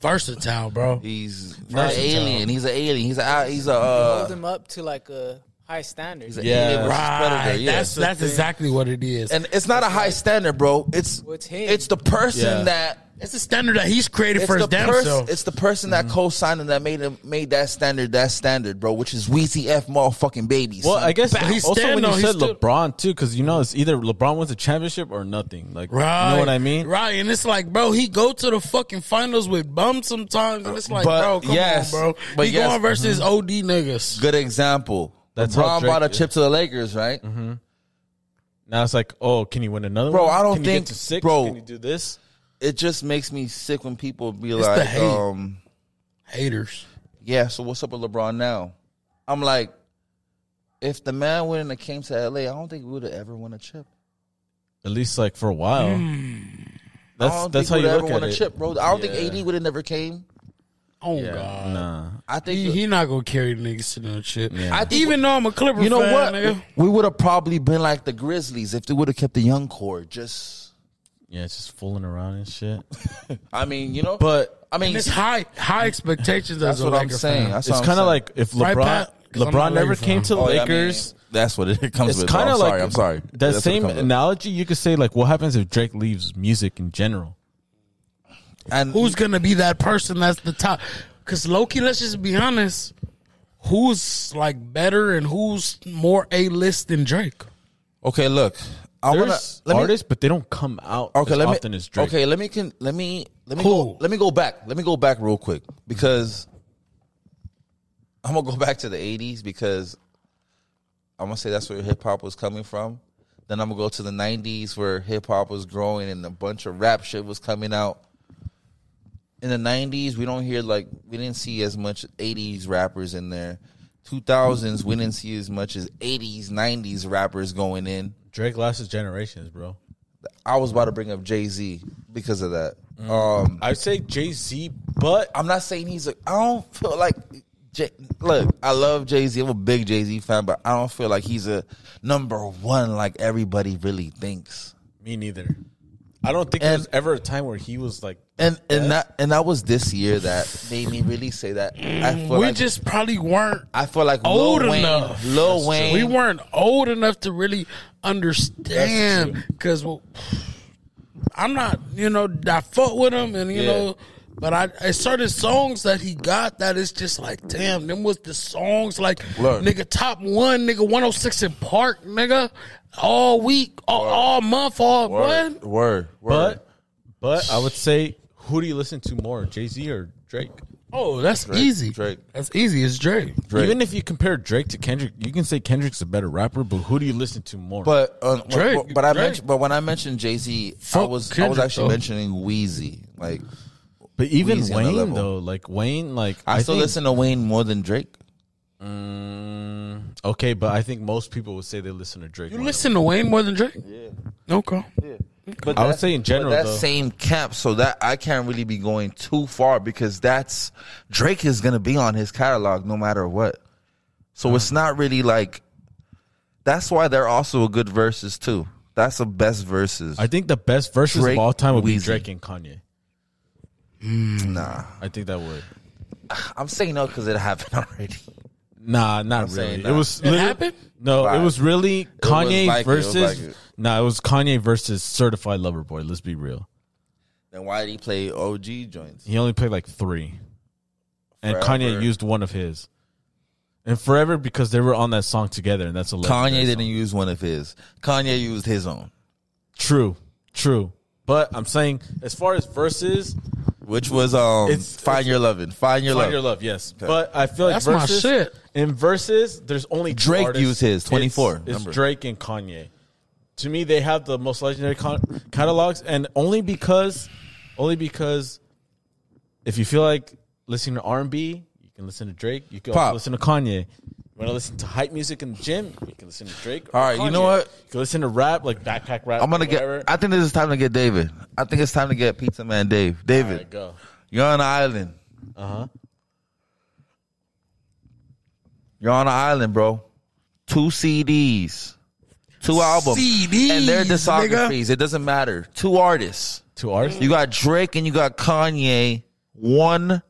Speaker 4: Versatile, bro.
Speaker 2: he's not
Speaker 4: Versatile.
Speaker 2: alien. He's an alien. He's a he's a
Speaker 3: Hold
Speaker 2: uh,
Speaker 3: him up to like a high standard.
Speaker 2: he's an
Speaker 1: Yeah.
Speaker 2: alien versus
Speaker 4: Right.
Speaker 2: predator. Yeah.
Speaker 4: That's that's exactly what it is.
Speaker 2: and it's not a high standard, bro. It's
Speaker 3: What's him?
Speaker 2: it's the person
Speaker 1: Yeah.
Speaker 2: that
Speaker 4: it's a standard that he's created
Speaker 2: It's
Speaker 4: for
Speaker 2: the,
Speaker 4: his damn
Speaker 2: pers-
Speaker 4: self. Mm-hmm.
Speaker 2: it's the person that co-signed and that made him made that standard that standard, bro, which is Weezy F motherfucking babies.
Speaker 1: Well, I guess
Speaker 4: But he's
Speaker 1: also
Speaker 4: still-
Speaker 1: when
Speaker 4: no,
Speaker 1: you
Speaker 4: he's
Speaker 1: said
Speaker 4: still-
Speaker 1: LeBron too, because you know it's either LeBron wins a championship or nothing. Like,
Speaker 4: Right.
Speaker 1: you know what I mean?
Speaker 4: Right. And it's like, bro, he go to the fucking finals with bums sometimes. And it's like,
Speaker 2: But
Speaker 4: bro, come
Speaker 2: yes,
Speaker 4: on, bro.
Speaker 2: but
Speaker 4: he
Speaker 2: yes. Mm-hmm.
Speaker 4: going versus OD niggas.
Speaker 2: good example.
Speaker 1: That's how
Speaker 2: LeBron
Speaker 1: Drake Mm-hmm.
Speaker 2: brought a
Speaker 1: is.
Speaker 2: chip to the Lakers, right?
Speaker 1: Now it's like, oh, can he win another
Speaker 2: Bro,
Speaker 1: one?
Speaker 2: I don't
Speaker 1: Can he
Speaker 2: think-
Speaker 1: get to six?
Speaker 2: bro.
Speaker 1: Can he do this?
Speaker 2: It just makes me sick when people be
Speaker 4: the
Speaker 2: like,
Speaker 4: hate.
Speaker 2: um,
Speaker 4: Haters.
Speaker 2: "Yeah, so what's up with LeBron now?" I'm like, if the man wouldn't have came to LA, I don't think we would have ever won a chip.
Speaker 1: At least like for a while.
Speaker 4: Hmm.
Speaker 2: I
Speaker 1: That's
Speaker 2: don't
Speaker 1: that's how
Speaker 2: think
Speaker 1: you
Speaker 2: we'd
Speaker 1: look at
Speaker 2: ever won
Speaker 1: it.
Speaker 2: a chip, bro. I don't
Speaker 1: Yeah.
Speaker 2: think AD would have never came.
Speaker 4: Oh
Speaker 1: Yeah,
Speaker 4: God.
Speaker 1: nah.
Speaker 2: I think
Speaker 4: He, he not gonna carry niggas to no shit.
Speaker 1: Yeah.
Speaker 2: I think-
Speaker 4: Even though I'm a Clipper
Speaker 2: You know
Speaker 4: fan,
Speaker 2: what?
Speaker 4: nigga.
Speaker 2: We would have probably been like the Grizzlies if they would have kept the young core. Just,
Speaker 1: Yeah, it's just fooling around and shit.
Speaker 2: I mean, you know.
Speaker 1: But
Speaker 2: I mean,
Speaker 4: It's high high expectations
Speaker 2: that's
Speaker 4: as a
Speaker 2: what I'm
Speaker 4: Laker
Speaker 2: saying.
Speaker 4: fan.
Speaker 2: That's
Speaker 1: it's
Speaker 2: what I'm
Speaker 1: kind of
Speaker 2: saying.
Speaker 1: like if LeBron
Speaker 4: Right, Pat? 'Cause I'm
Speaker 1: LeBron
Speaker 4: not where
Speaker 1: never
Speaker 4: you
Speaker 1: came
Speaker 4: from.
Speaker 1: to the
Speaker 2: Oh, yeah, I mean,
Speaker 1: Lakers.
Speaker 2: that's what it comes
Speaker 1: It's
Speaker 2: with.
Speaker 1: kind
Speaker 2: I'm
Speaker 1: of like
Speaker 2: sorry. I'm sorry.
Speaker 1: That
Speaker 2: That's what it
Speaker 1: same
Speaker 2: comes with.
Speaker 1: analogy you could say like, what happens if Drake leaves music in general?
Speaker 2: and
Speaker 4: Who's gonna be that person that's the top? Cause Loki, let's just be honest. Who's like better and who's more A list than Drake?
Speaker 2: okay? Look, I want to
Speaker 1: There's
Speaker 2: let me.
Speaker 1: artists, but they don't come out
Speaker 2: okay,
Speaker 1: as
Speaker 2: let me.
Speaker 1: often as Drake.
Speaker 2: Okay, let me. Can, let me. Let me.
Speaker 4: Cool.
Speaker 2: Go, let me go back. Let me go back real quick because I'm gonna go back to the '80s because I'm gonna say that's where hip hop was coming from. Then I'm gonna go to the '90s where hip hop was growing and a bunch of rap shit was coming out. in the nineties, we don't hear like we didn't see as much eighties rappers in there. Two thousands, we didn't see as much as eighties, nineties rappers going in.
Speaker 1: Drake lasts his generations, bro.
Speaker 2: I was about to bring up Jay Z because of that. Um,
Speaker 1: I would say Jay Z, but
Speaker 2: I'm not saying he's a. I don't feel like. Jay, look, I love Jay Z. I'm a big Jay Z fan, but I don't feel like he's a number one like everybody really thinks.
Speaker 1: me neither. I don't think there
Speaker 2: And-
Speaker 1: was ever a time where he was like,
Speaker 2: And and that and that was this year that made me really say that. I feel
Speaker 4: we
Speaker 2: like
Speaker 4: just probably weren't
Speaker 2: I feel like
Speaker 4: old
Speaker 2: Lil Wayne,
Speaker 4: enough.
Speaker 2: Lil Wayne,
Speaker 4: We weren't old enough to really understand because I'm not, you know, I fuck with him and you
Speaker 2: Yeah.
Speaker 4: know, but I, I certain songs that he got that it's just like, damn, them was the songs like
Speaker 2: Look.
Speaker 4: nigga top one, nigga 106 in Park, nigga, all week, all, all month, all what?
Speaker 2: Word, word, word.
Speaker 1: but, but I would say Who do you listen to more, Jay Z or Drake?
Speaker 4: Oh, that's easy.
Speaker 2: Drake.
Speaker 4: That's easy. It's Drake.
Speaker 2: Drake.
Speaker 1: Even if you compare Drake to Kendrick, you can say Kendrick's a better rapper, but who do you listen to more?
Speaker 2: But uh, but-
Speaker 4: Drake,
Speaker 2: but, I
Speaker 4: Drake.
Speaker 2: mentioned, but when I mentioned Jay Z, I was I
Speaker 4: Fuck
Speaker 2: was
Speaker 4: Kendrick,
Speaker 2: actually
Speaker 4: though.
Speaker 2: mentioning Wheezy. Like
Speaker 1: but even
Speaker 2: Weezy on that
Speaker 1: Wayne
Speaker 2: level.
Speaker 1: though, like Wayne, like
Speaker 2: I, still
Speaker 1: think-
Speaker 2: listen to Wayne more than Drake.
Speaker 1: Mm, okay, but I think most people would say they listen to Drake.
Speaker 4: You
Speaker 1: more
Speaker 4: listen to Wayne more than Drake? Yeah. No call.
Speaker 2: But
Speaker 1: I would
Speaker 2: that-
Speaker 1: say in general,
Speaker 2: but that
Speaker 1: though.
Speaker 2: same camp. So that I can't really be going too far because that's Drake is gonna be on his catalog no matter what. So
Speaker 1: Hmm.
Speaker 2: it's not really like. That's why they're also a good verses too. That's the best verses.
Speaker 1: than- I think the best verses
Speaker 2: Drake,
Speaker 1: of all time would be
Speaker 2: Weezy. Mm,
Speaker 1: Drake and Kanye.
Speaker 2: nah,
Speaker 1: I think that would.
Speaker 2: I'm saying no because it happened already.
Speaker 1: Nah, not
Speaker 2: saying
Speaker 1: really.
Speaker 2: that.
Speaker 1: It was
Speaker 4: It happened?
Speaker 1: No,
Speaker 2: Right.
Speaker 1: it was really
Speaker 2: was
Speaker 1: Kanye
Speaker 2: like it, it was
Speaker 1: versus.
Speaker 2: like it.
Speaker 1: nah, it was Kanye versus Certified Lover Boy. Let's be real.
Speaker 2: Then why did he play OG joints?
Speaker 1: He only played like three, and
Speaker 2: Forever.
Speaker 1: Kanye used one of his, and forever because they were on that song together, and that's a
Speaker 2: Kanye
Speaker 1: legendary
Speaker 2: didn't
Speaker 1: song.
Speaker 2: use one of his. Kanye used his own,
Speaker 1: True, true. But I'm saying, as far as verses,
Speaker 2: which was um,
Speaker 1: It's-
Speaker 2: find your loving, find your
Speaker 1: Find
Speaker 2: love.
Speaker 1: Your Love, yes. But I feel like
Speaker 4: That's my
Speaker 1: verses,
Speaker 4: shit.
Speaker 1: In verses, there's only two
Speaker 2: Drake
Speaker 1: artists.
Speaker 2: used his, 24,
Speaker 1: It's,
Speaker 2: remember.
Speaker 1: it's Drake and Kanye. To me, they have the most legendary con- catalogs, and only because, only because, if you feel like listening to R and B, you can listen to Drake. You can
Speaker 2: Pop.
Speaker 1: also listen to Kanye. You want to listen to hype music in the gym? You can listen to Drake. or
Speaker 2: All right, you know
Speaker 1: Kanye.
Speaker 2: what?
Speaker 1: You can listen to rap, like backpack rap.
Speaker 2: I'm gonna
Speaker 1: or whatever.
Speaker 2: get. I think this is time to get David. I think it's time to get Pizza Man Dave.
Speaker 1: All
Speaker 2: David,
Speaker 1: right, go.
Speaker 2: you're on an island. Uh huh. You're on an island, bro. Two CDs, two albums,
Speaker 4: CDs,
Speaker 2: and their
Speaker 4: nigga.
Speaker 2: discographies. It doesn't matter. Two artists.
Speaker 1: Two artists.
Speaker 2: You got Drake and you got Kanye. One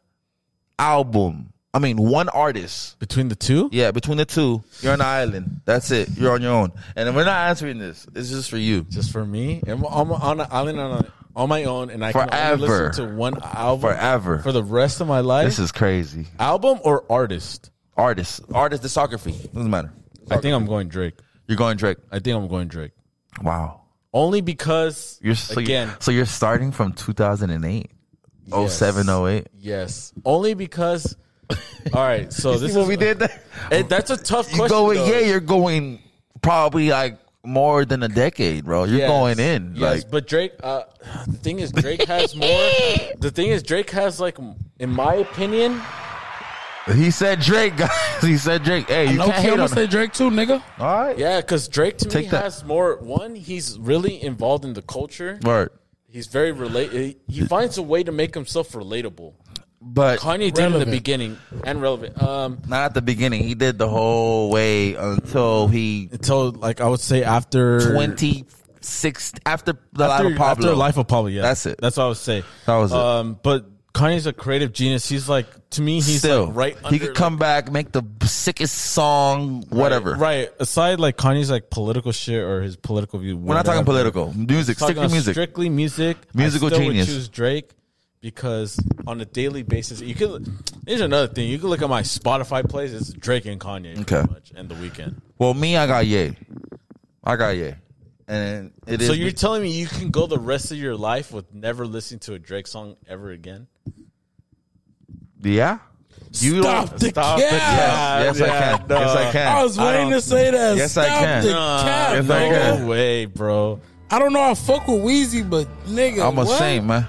Speaker 2: album. I mean, one artist.
Speaker 1: Between the two,
Speaker 2: Yeah, between the two, you're on an island. That's it. You're on your own. And we're not answering this. It's just for you.
Speaker 1: just for me. I'm, I'm on an island on, a, on my own, and I can only
Speaker 2: Forever.
Speaker 1: listen to one album
Speaker 2: Forever.
Speaker 1: for the rest of my life.
Speaker 2: This is crazy.
Speaker 1: album or artist?
Speaker 2: Artist. Artist discography. Doesn't matter.
Speaker 1: I think I'm going Drake.
Speaker 2: You're going Drake.
Speaker 1: I think I'm going Drake.
Speaker 2: Wow.
Speaker 1: Only because
Speaker 2: You're so
Speaker 1: again,
Speaker 2: so you're starting from 2008. oh seven, oh eight.
Speaker 1: yes. Only because. All right, so this
Speaker 2: See what
Speaker 1: is
Speaker 2: we did there?
Speaker 1: Eh, that's a tough
Speaker 2: You
Speaker 1: question.
Speaker 2: going
Speaker 1: though.
Speaker 2: yeah, you're going probably like more than a decade, bro. You're
Speaker 1: Yes.
Speaker 2: going in
Speaker 1: Yes,
Speaker 2: like
Speaker 1: but Drake. Uh, the thing is, Drake has more. the thing is, Drake has like, in my opinion,
Speaker 2: he said Drake guys. He said Drake. Hey, you
Speaker 4: No
Speaker 2: can't
Speaker 4: key, I'm
Speaker 2: hate
Speaker 4: gonna
Speaker 2: on
Speaker 4: say
Speaker 2: him.
Speaker 4: Drake too, nigga.
Speaker 2: All right.
Speaker 1: yeah, because Drake to me
Speaker 2: Take that.
Speaker 1: has more. One, he's really involved in the culture.
Speaker 2: Word.
Speaker 1: He's very relate. He, he finds a way to make himself relatable.
Speaker 2: But
Speaker 1: Kanye did in the
Speaker 4: Relevant.
Speaker 1: beginning and relevant. Um,
Speaker 2: Not at the beginning. He did the whole way until he
Speaker 1: until like I would say after
Speaker 2: twenty six after the
Speaker 1: after,
Speaker 2: life of Pablo.
Speaker 1: after Life of Pablo. Yeah,
Speaker 2: That's it.
Speaker 1: That's what I would say.
Speaker 2: That was it.
Speaker 1: Um, but Kanye's a creative genius. He's like to me, he's
Speaker 2: Still,
Speaker 1: like right.
Speaker 2: he
Speaker 1: under,
Speaker 2: could come back, make the sickest song, whatever.
Speaker 1: like, right aside like Kanye's like political shit or his political view.
Speaker 2: We're not talking political music. Stick to music.
Speaker 1: Strictly music.
Speaker 2: Musical
Speaker 1: I still
Speaker 2: genius.
Speaker 1: Would choose Drake because on a daily basis, you could. Here's another thing. You could look at my Spotify plays. It's Drake and Kanye. pretty
Speaker 2: Okay.
Speaker 1: Much, and The Weeknd.
Speaker 2: well, me, I got Ye. I got Ye, and it is.
Speaker 1: So you're telling me you can go the rest of your life with never listening to a Drake song ever again?
Speaker 2: yeah. You
Speaker 4: Stop
Speaker 2: don't-
Speaker 4: the
Speaker 1: Stop
Speaker 4: cap.
Speaker 1: the cap.
Speaker 2: Yes, I
Speaker 1: Yeah,
Speaker 2: can.
Speaker 1: no.
Speaker 2: Yes, I can.
Speaker 4: I was waiting to say that.
Speaker 2: Yes, I
Speaker 4: Stop
Speaker 2: can.
Speaker 4: The
Speaker 1: Nah,
Speaker 4: cap,
Speaker 2: Yes, I
Speaker 4: nigga.
Speaker 2: can.
Speaker 1: no way, bro.
Speaker 4: I don't know. I fuck with Weezy, but nigga,
Speaker 2: I'm
Speaker 4: what?
Speaker 2: ashamed, man.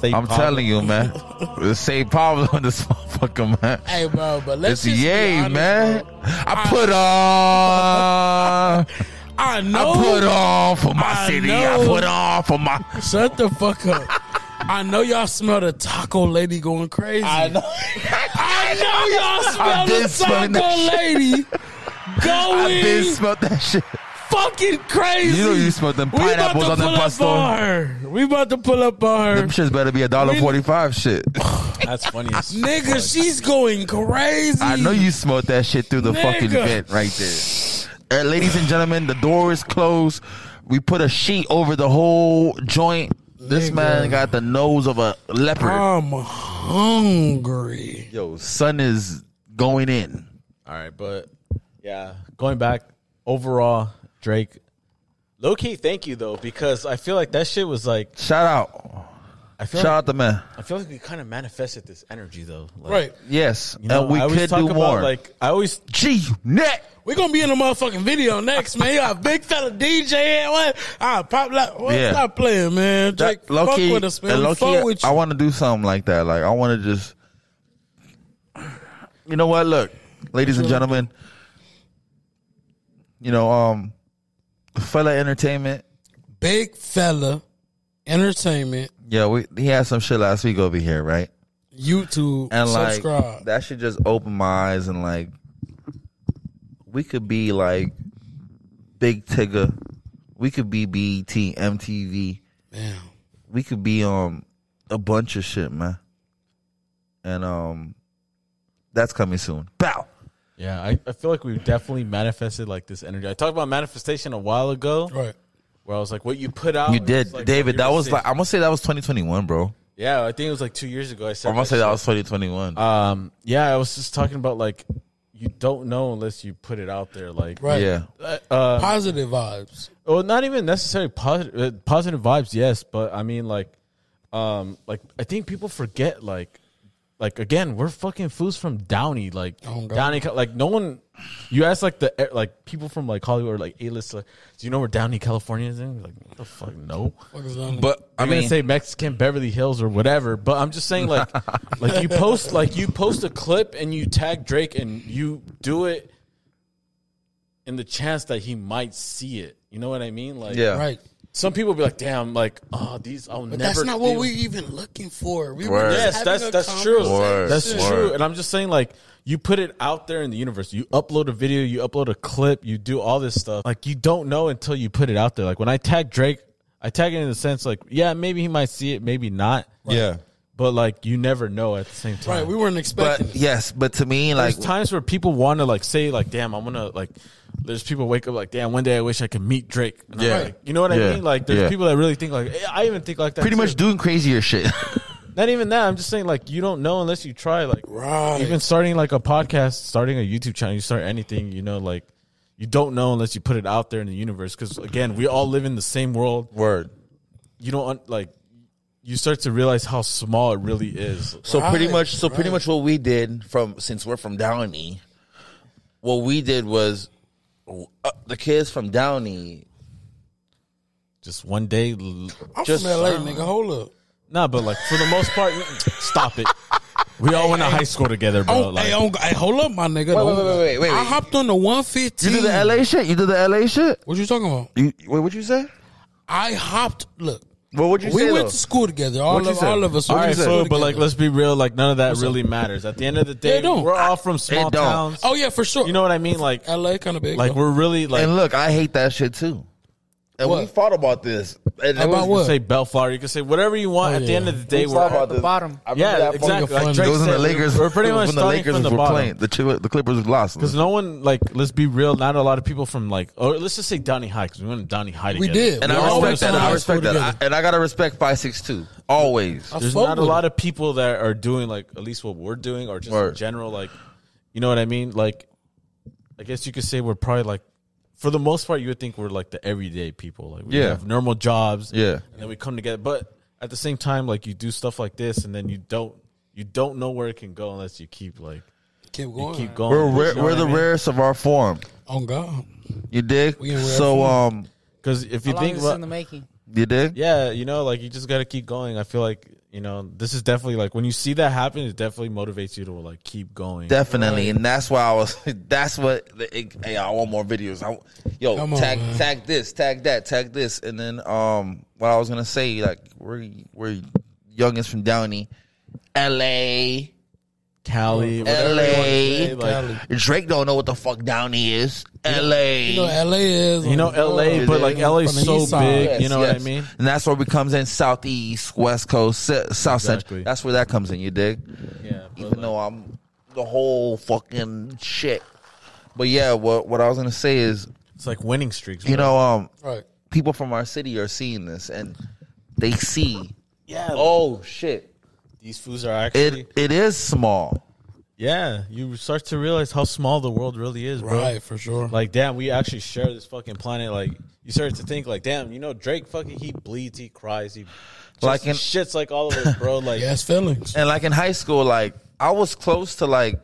Speaker 1: Saint
Speaker 2: I'm
Speaker 1: Paul.
Speaker 2: telling you, man. The same problem with this motherfucker, man.
Speaker 4: Hey, bro, but let's
Speaker 2: It's
Speaker 4: just
Speaker 2: yay,
Speaker 4: be honest,
Speaker 2: man.
Speaker 4: bro.
Speaker 2: I put on.
Speaker 4: I know.
Speaker 2: I put on for my
Speaker 4: Oh. I
Speaker 2: city. I
Speaker 4: know.
Speaker 2: put on for my.
Speaker 4: Shut the fuck up. I know y'all smell the taco lady going crazy. I know,
Speaker 2: I've been
Speaker 4: y'all smell
Speaker 2: smelling
Speaker 4: the
Speaker 2: that
Speaker 4: taco
Speaker 2: shit.
Speaker 4: lady
Speaker 2: I've been
Speaker 4: going
Speaker 2: smelled that shit.
Speaker 4: fucking crazy.
Speaker 2: You know you smelled them
Speaker 4: We about
Speaker 2: pineapples
Speaker 4: to
Speaker 2: on them
Speaker 4: pull up
Speaker 2: pastor.
Speaker 4: on her. We about to pull up on her.
Speaker 2: Them shits better be a dollar
Speaker 4: We-
Speaker 2: forty-five shit.
Speaker 1: That's funny. as fuck.
Speaker 4: Nigga, she's going crazy.
Speaker 2: I know you smelled that shit through the fucking
Speaker 4: Nigga.
Speaker 2: vent right there. Uh, ladies and gentlemen, the door is closed. We put a sheet over the whole joint. This
Speaker 4: Nigga.
Speaker 2: man got the nose of a leopard.
Speaker 1: Ah.
Speaker 4: I'm hungry.
Speaker 2: Yo, sun is going in.
Speaker 1: All right, but yeah, going back overall, Drake. Low key, thank you though, because I feel like that shit was like
Speaker 2: Shout out.
Speaker 1: I feel
Speaker 2: Shout
Speaker 1: like,
Speaker 2: out the man.
Speaker 1: I feel like we kind of manifested this energy though. Like,
Speaker 4: Right.
Speaker 2: Yes,
Speaker 1: You know,
Speaker 2: and we
Speaker 1: I always
Speaker 2: could
Speaker 1: talk
Speaker 2: do
Speaker 1: about,
Speaker 2: more.
Speaker 1: Like I always
Speaker 2: G net.
Speaker 4: We're gonna be in a motherfucking video next, man. You got a big fella DJ and what? Ah, pop like what?
Speaker 2: Yeah.
Speaker 4: Stop playing, man. Drake,
Speaker 2: That- low
Speaker 4: fuck
Speaker 2: key-
Speaker 4: with us, man.
Speaker 2: and
Speaker 4: We
Speaker 2: low
Speaker 4: fuck
Speaker 2: key,
Speaker 4: with
Speaker 2: I
Speaker 4: you.
Speaker 2: want to do something like that. Like I want to just, you know what? Look, ladies and gentlemen, you know, um, fella entertainment.
Speaker 4: big fella, entertainment,
Speaker 2: Yeah, we he had some shit last week over here, right?
Speaker 4: YouTube,
Speaker 2: And like
Speaker 4: subscribe.
Speaker 2: that should just open my eyes and like we could be like Big Tigger, we could be E BET, MTV,
Speaker 4: man,
Speaker 2: we could be um a bunch of shit, man. And um that's coming soon. Bow.
Speaker 1: yeah, I, I feel like we've definitely manifested like this energy. I talked about manifestation a while ago,
Speaker 4: right.
Speaker 1: where I was like, "What you put out,
Speaker 2: You
Speaker 1: is,
Speaker 2: did,
Speaker 1: like, what
Speaker 2: David.
Speaker 1: you
Speaker 2: That was
Speaker 1: receive.
Speaker 2: like I'm gonna say that was 2021, bro.
Speaker 1: yeah, I think it was like two years ago. I said,
Speaker 2: I'm gonna say that
Speaker 1: shit.
Speaker 2: was 2021.
Speaker 1: Um, yeah, I was just talking about like you don't know unless you put it out there. Like,
Speaker 4: Right.
Speaker 2: yeah,
Speaker 1: uh, uh,
Speaker 4: Positive vibes.
Speaker 1: well, not even necessarily positive uh, positive vibes. Yes, but I mean, like, um, like I think people forget like. Like again, we're fucking fools from Downey. Like
Speaker 4: Oh, God.
Speaker 1: Downey, Ca- like no one. You ask like the like people from like Hollywood or like A list. Like, do you know where Downey, California is? In? Like what the fuck, no.
Speaker 4: Fuck is on
Speaker 2: but I
Speaker 1: I'm
Speaker 2: mean,
Speaker 1: gonna say Mexican Beverly Hills or whatever, but I'm just saying like like you post like you post a clip and you tag Drake and you do it in the chance that he might see it. You know what I mean? Like
Speaker 2: yeah,
Speaker 4: right.
Speaker 1: some people be like, damn, like, oh these I'll
Speaker 4: But
Speaker 1: never
Speaker 4: that's not what
Speaker 1: do."
Speaker 4: we even looking for. We
Speaker 2: Word.
Speaker 4: were just
Speaker 1: Yes,
Speaker 4: having
Speaker 1: that's
Speaker 4: a
Speaker 1: that's true.
Speaker 2: Word.
Speaker 1: That's
Speaker 2: Word.
Speaker 1: true. And I'm just saying, like, you put it out there in the universe. You upload a video, you upload a clip, you do all this stuff. Like, you don't know until you put it out there. Like when I tag Drake, I tag it in the sense like, yeah, maybe he might see it, maybe not.
Speaker 2: yeah.
Speaker 1: But like you never know at the same time.
Speaker 4: Right, we weren't expecting.
Speaker 2: But
Speaker 4: it.
Speaker 2: yes, but to me, like
Speaker 1: there's times where people want to like say like, "Damn, I'm gonna like." There's people wake up like, "Damn, one day I wish I could meet Drake." And I'm
Speaker 2: Yeah.
Speaker 1: like- you know what
Speaker 2: Yeah.
Speaker 1: I mean? Like, there's
Speaker 2: Yeah.
Speaker 1: people that really think like, eh, I even think like that.
Speaker 2: pretty
Speaker 1: too.
Speaker 2: much doing crazier shit.
Speaker 1: not even that. I'm just saying like, you don't know unless you try. Like,
Speaker 4: Right.
Speaker 1: even starting like a podcast, starting a YouTube channel, you start anything, you know, like you don't know unless you put it out there in the universe. Because again, we all live in the same world.
Speaker 2: Word.
Speaker 1: You don't un- like. You start to realize how small it really is.
Speaker 2: So pretty
Speaker 4: Right,
Speaker 2: much, so pretty
Speaker 4: right.
Speaker 2: much what we did from since we're from Downey, what we did was uh, the kids from Downey.
Speaker 1: Just one day, l-
Speaker 4: I'm
Speaker 2: just-
Speaker 4: from LA, nigga. Hold up.
Speaker 1: Nah, but like for the most part, stop it. We all went to high school together, bro.
Speaker 4: Oh,
Speaker 1: like,
Speaker 4: hey, oh, hey, hold up, my nigga.
Speaker 2: wait, wait, wait, wait, wait.
Speaker 4: I hopped on the 115.
Speaker 2: You did the LA shit. You did the LA shit.
Speaker 4: What you talking about?
Speaker 2: You, wait, what you say?
Speaker 4: I hopped. Look,
Speaker 2: What would you
Speaker 4: we
Speaker 2: say?
Speaker 4: went
Speaker 2: though?
Speaker 4: to school together. All
Speaker 2: What'd you
Speaker 4: of
Speaker 2: say?
Speaker 4: all of us.
Speaker 1: all
Speaker 4: went to
Speaker 1: right,
Speaker 4: school
Speaker 1: so but like,
Speaker 4: together.
Speaker 1: let's be real. Like, none of that really matters. At the end of the day,
Speaker 4: They don't.
Speaker 1: we're all from small
Speaker 2: It don't.
Speaker 1: towns.
Speaker 4: oh yeah, for sure.
Speaker 1: You know what I mean? Like,
Speaker 4: LA kind of big.
Speaker 1: like
Speaker 4: though.
Speaker 1: we're really like
Speaker 2: and look, I hate that shit too. And we
Speaker 4: What?
Speaker 2: fought about this. And it
Speaker 4: About
Speaker 2: was-
Speaker 1: you
Speaker 4: what?
Speaker 1: can say Bellflower. You can say whatever you want.
Speaker 4: Oh,
Speaker 1: At the
Speaker 4: yeah.
Speaker 1: end of the
Speaker 2: We
Speaker 1: day, we're
Speaker 2: fought
Speaker 1: all,
Speaker 2: about
Speaker 3: the
Speaker 2: this.
Speaker 3: bottom.
Speaker 2: I remember
Speaker 1: yeah,
Speaker 2: that fight.
Speaker 1: exactly. Like
Speaker 4: fun.
Speaker 1: Drake
Speaker 2: It was when
Speaker 1: said,
Speaker 2: the Lakers.
Speaker 1: we're pretty
Speaker 2: it was
Speaker 1: much
Speaker 2: when the
Speaker 1: starting
Speaker 2: Lakers
Speaker 1: from the
Speaker 2: were
Speaker 1: bottom.
Speaker 2: playing. The, Chi- the Clippers lost.
Speaker 1: Because no one, like, let's be real. Not a lot of people from like, or let's just say Downey High, because we went to Downey High.
Speaker 4: We
Speaker 1: together.
Speaker 4: did.
Speaker 2: And
Speaker 4: We
Speaker 2: I
Speaker 4: all went
Speaker 2: respect
Speaker 4: to
Speaker 2: that. I
Speaker 4: high
Speaker 2: respect
Speaker 4: school
Speaker 2: that.
Speaker 4: together.
Speaker 2: I- and I gotta respect five six two always.
Speaker 4: I
Speaker 1: there's
Speaker 4: fuck
Speaker 1: not a
Speaker 4: with
Speaker 1: lot
Speaker 4: it.
Speaker 1: of people that are doing like at least what we're doing or just in
Speaker 2: Word.
Speaker 1: general like you know what i mean like i guess you could say we're probably like for the most part you would think we're like the everyday people like we
Speaker 2: Yeah.
Speaker 1: have normal jobs
Speaker 2: Yeah.
Speaker 1: and then we come together but at the same time like you do stuff like this and then you don't you don't know where it can go unless you keep like
Speaker 4: keep
Speaker 1: you
Speaker 4: going.
Speaker 1: keep going
Speaker 2: We're rare, we're the
Speaker 1: rare
Speaker 2: rarest of our form.
Speaker 4: On God.
Speaker 2: You dig?
Speaker 4: We in rare
Speaker 2: So
Speaker 4: form.
Speaker 2: um,
Speaker 1: because if you
Speaker 3: How long
Speaker 1: think
Speaker 3: is this in the
Speaker 1: about
Speaker 3: making?
Speaker 2: you dig?
Speaker 1: yeah you know like you just gotta keep going i feel like you know this is definitely like when you see that happen it definitely motivates you to like keep going
Speaker 2: Definitely, and that's why I was. That's what. the- It, hey, I want more videos. I, yo,
Speaker 4: Come on,
Speaker 2: tag
Speaker 4: man.
Speaker 2: tag this, tag that, tag this, and then um, what I was gonna say, like we're we're youngest from Downey, L.A.
Speaker 1: Cali, whatever you wanna say, like-
Speaker 4: Cali.
Speaker 2: Drake don't know what the fuck Downey is, L.A.
Speaker 4: You know LA is.
Speaker 1: You know
Speaker 4: on God.
Speaker 1: LA, but like
Speaker 4: From
Speaker 1: LA
Speaker 4: the
Speaker 1: is so
Speaker 4: east side.
Speaker 1: big. You know what I mean?
Speaker 2: And that's where we comes in southeast, west coast, se- south
Speaker 1: Exactly.
Speaker 2: central. That's where that comes in. You dig?
Speaker 1: Yeah, but,
Speaker 2: Even
Speaker 1: like-
Speaker 2: though I'm the whole fucking shit. But yeah, what what I was gonna say is,
Speaker 1: It's like winning streaks.
Speaker 2: you know, um,
Speaker 4: Right.
Speaker 2: people from our city are seeing this and they see,
Speaker 1: yeah.
Speaker 2: oh shit,
Speaker 1: these foods are actually
Speaker 2: it it is small.
Speaker 1: Yeah, you start to realize how small the world really is, bro.
Speaker 4: Right, for sure.
Speaker 1: Like, damn, we actually share this fucking planet. Like, you start to think, like, damn, you know, Drake fucking he bleeds, he cries, he just
Speaker 2: Like in-
Speaker 1: shits like all of us, bro. Like,
Speaker 4: yes, feelings.
Speaker 2: And like in high school, like I was close to like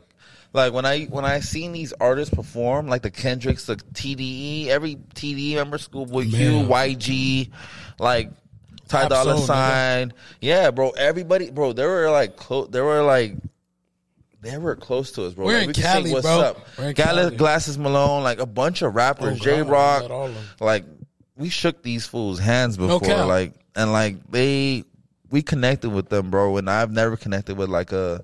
Speaker 2: like when I when I seen these artists perform, like the Kendricks, the TDE, every TDE member, Schoolboy Q,
Speaker 4: Man.
Speaker 2: YG, like Ty
Speaker 4: Top
Speaker 2: Dolla
Speaker 4: zone,
Speaker 2: Sign, yeah, bro. Everybody, bro, they were like close. They were like. They were close to us, bro.
Speaker 4: We're
Speaker 2: Like,
Speaker 4: in
Speaker 2: we could sing
Speaker 4: Cali,
Speaker 2: What's
Speaker 4: bro.
Speaker 2: up?
Speaker 4: We're in
Speaker 2: Gala-
Speaker 4: Cali.
Speaker 2: Glasses Malone, like a bunch of rappers,
Speaker 4: Oh, God,
Speaker 2: J
Speaker 4: I met all
Speaker 2: Rock,
Speaker 4: of 'em.
Speaker 2: like we shook these fools' hands before,
Speaker 4: cap.
Speaker 2: like and like they we connected with them, bro. And I've never connected with like a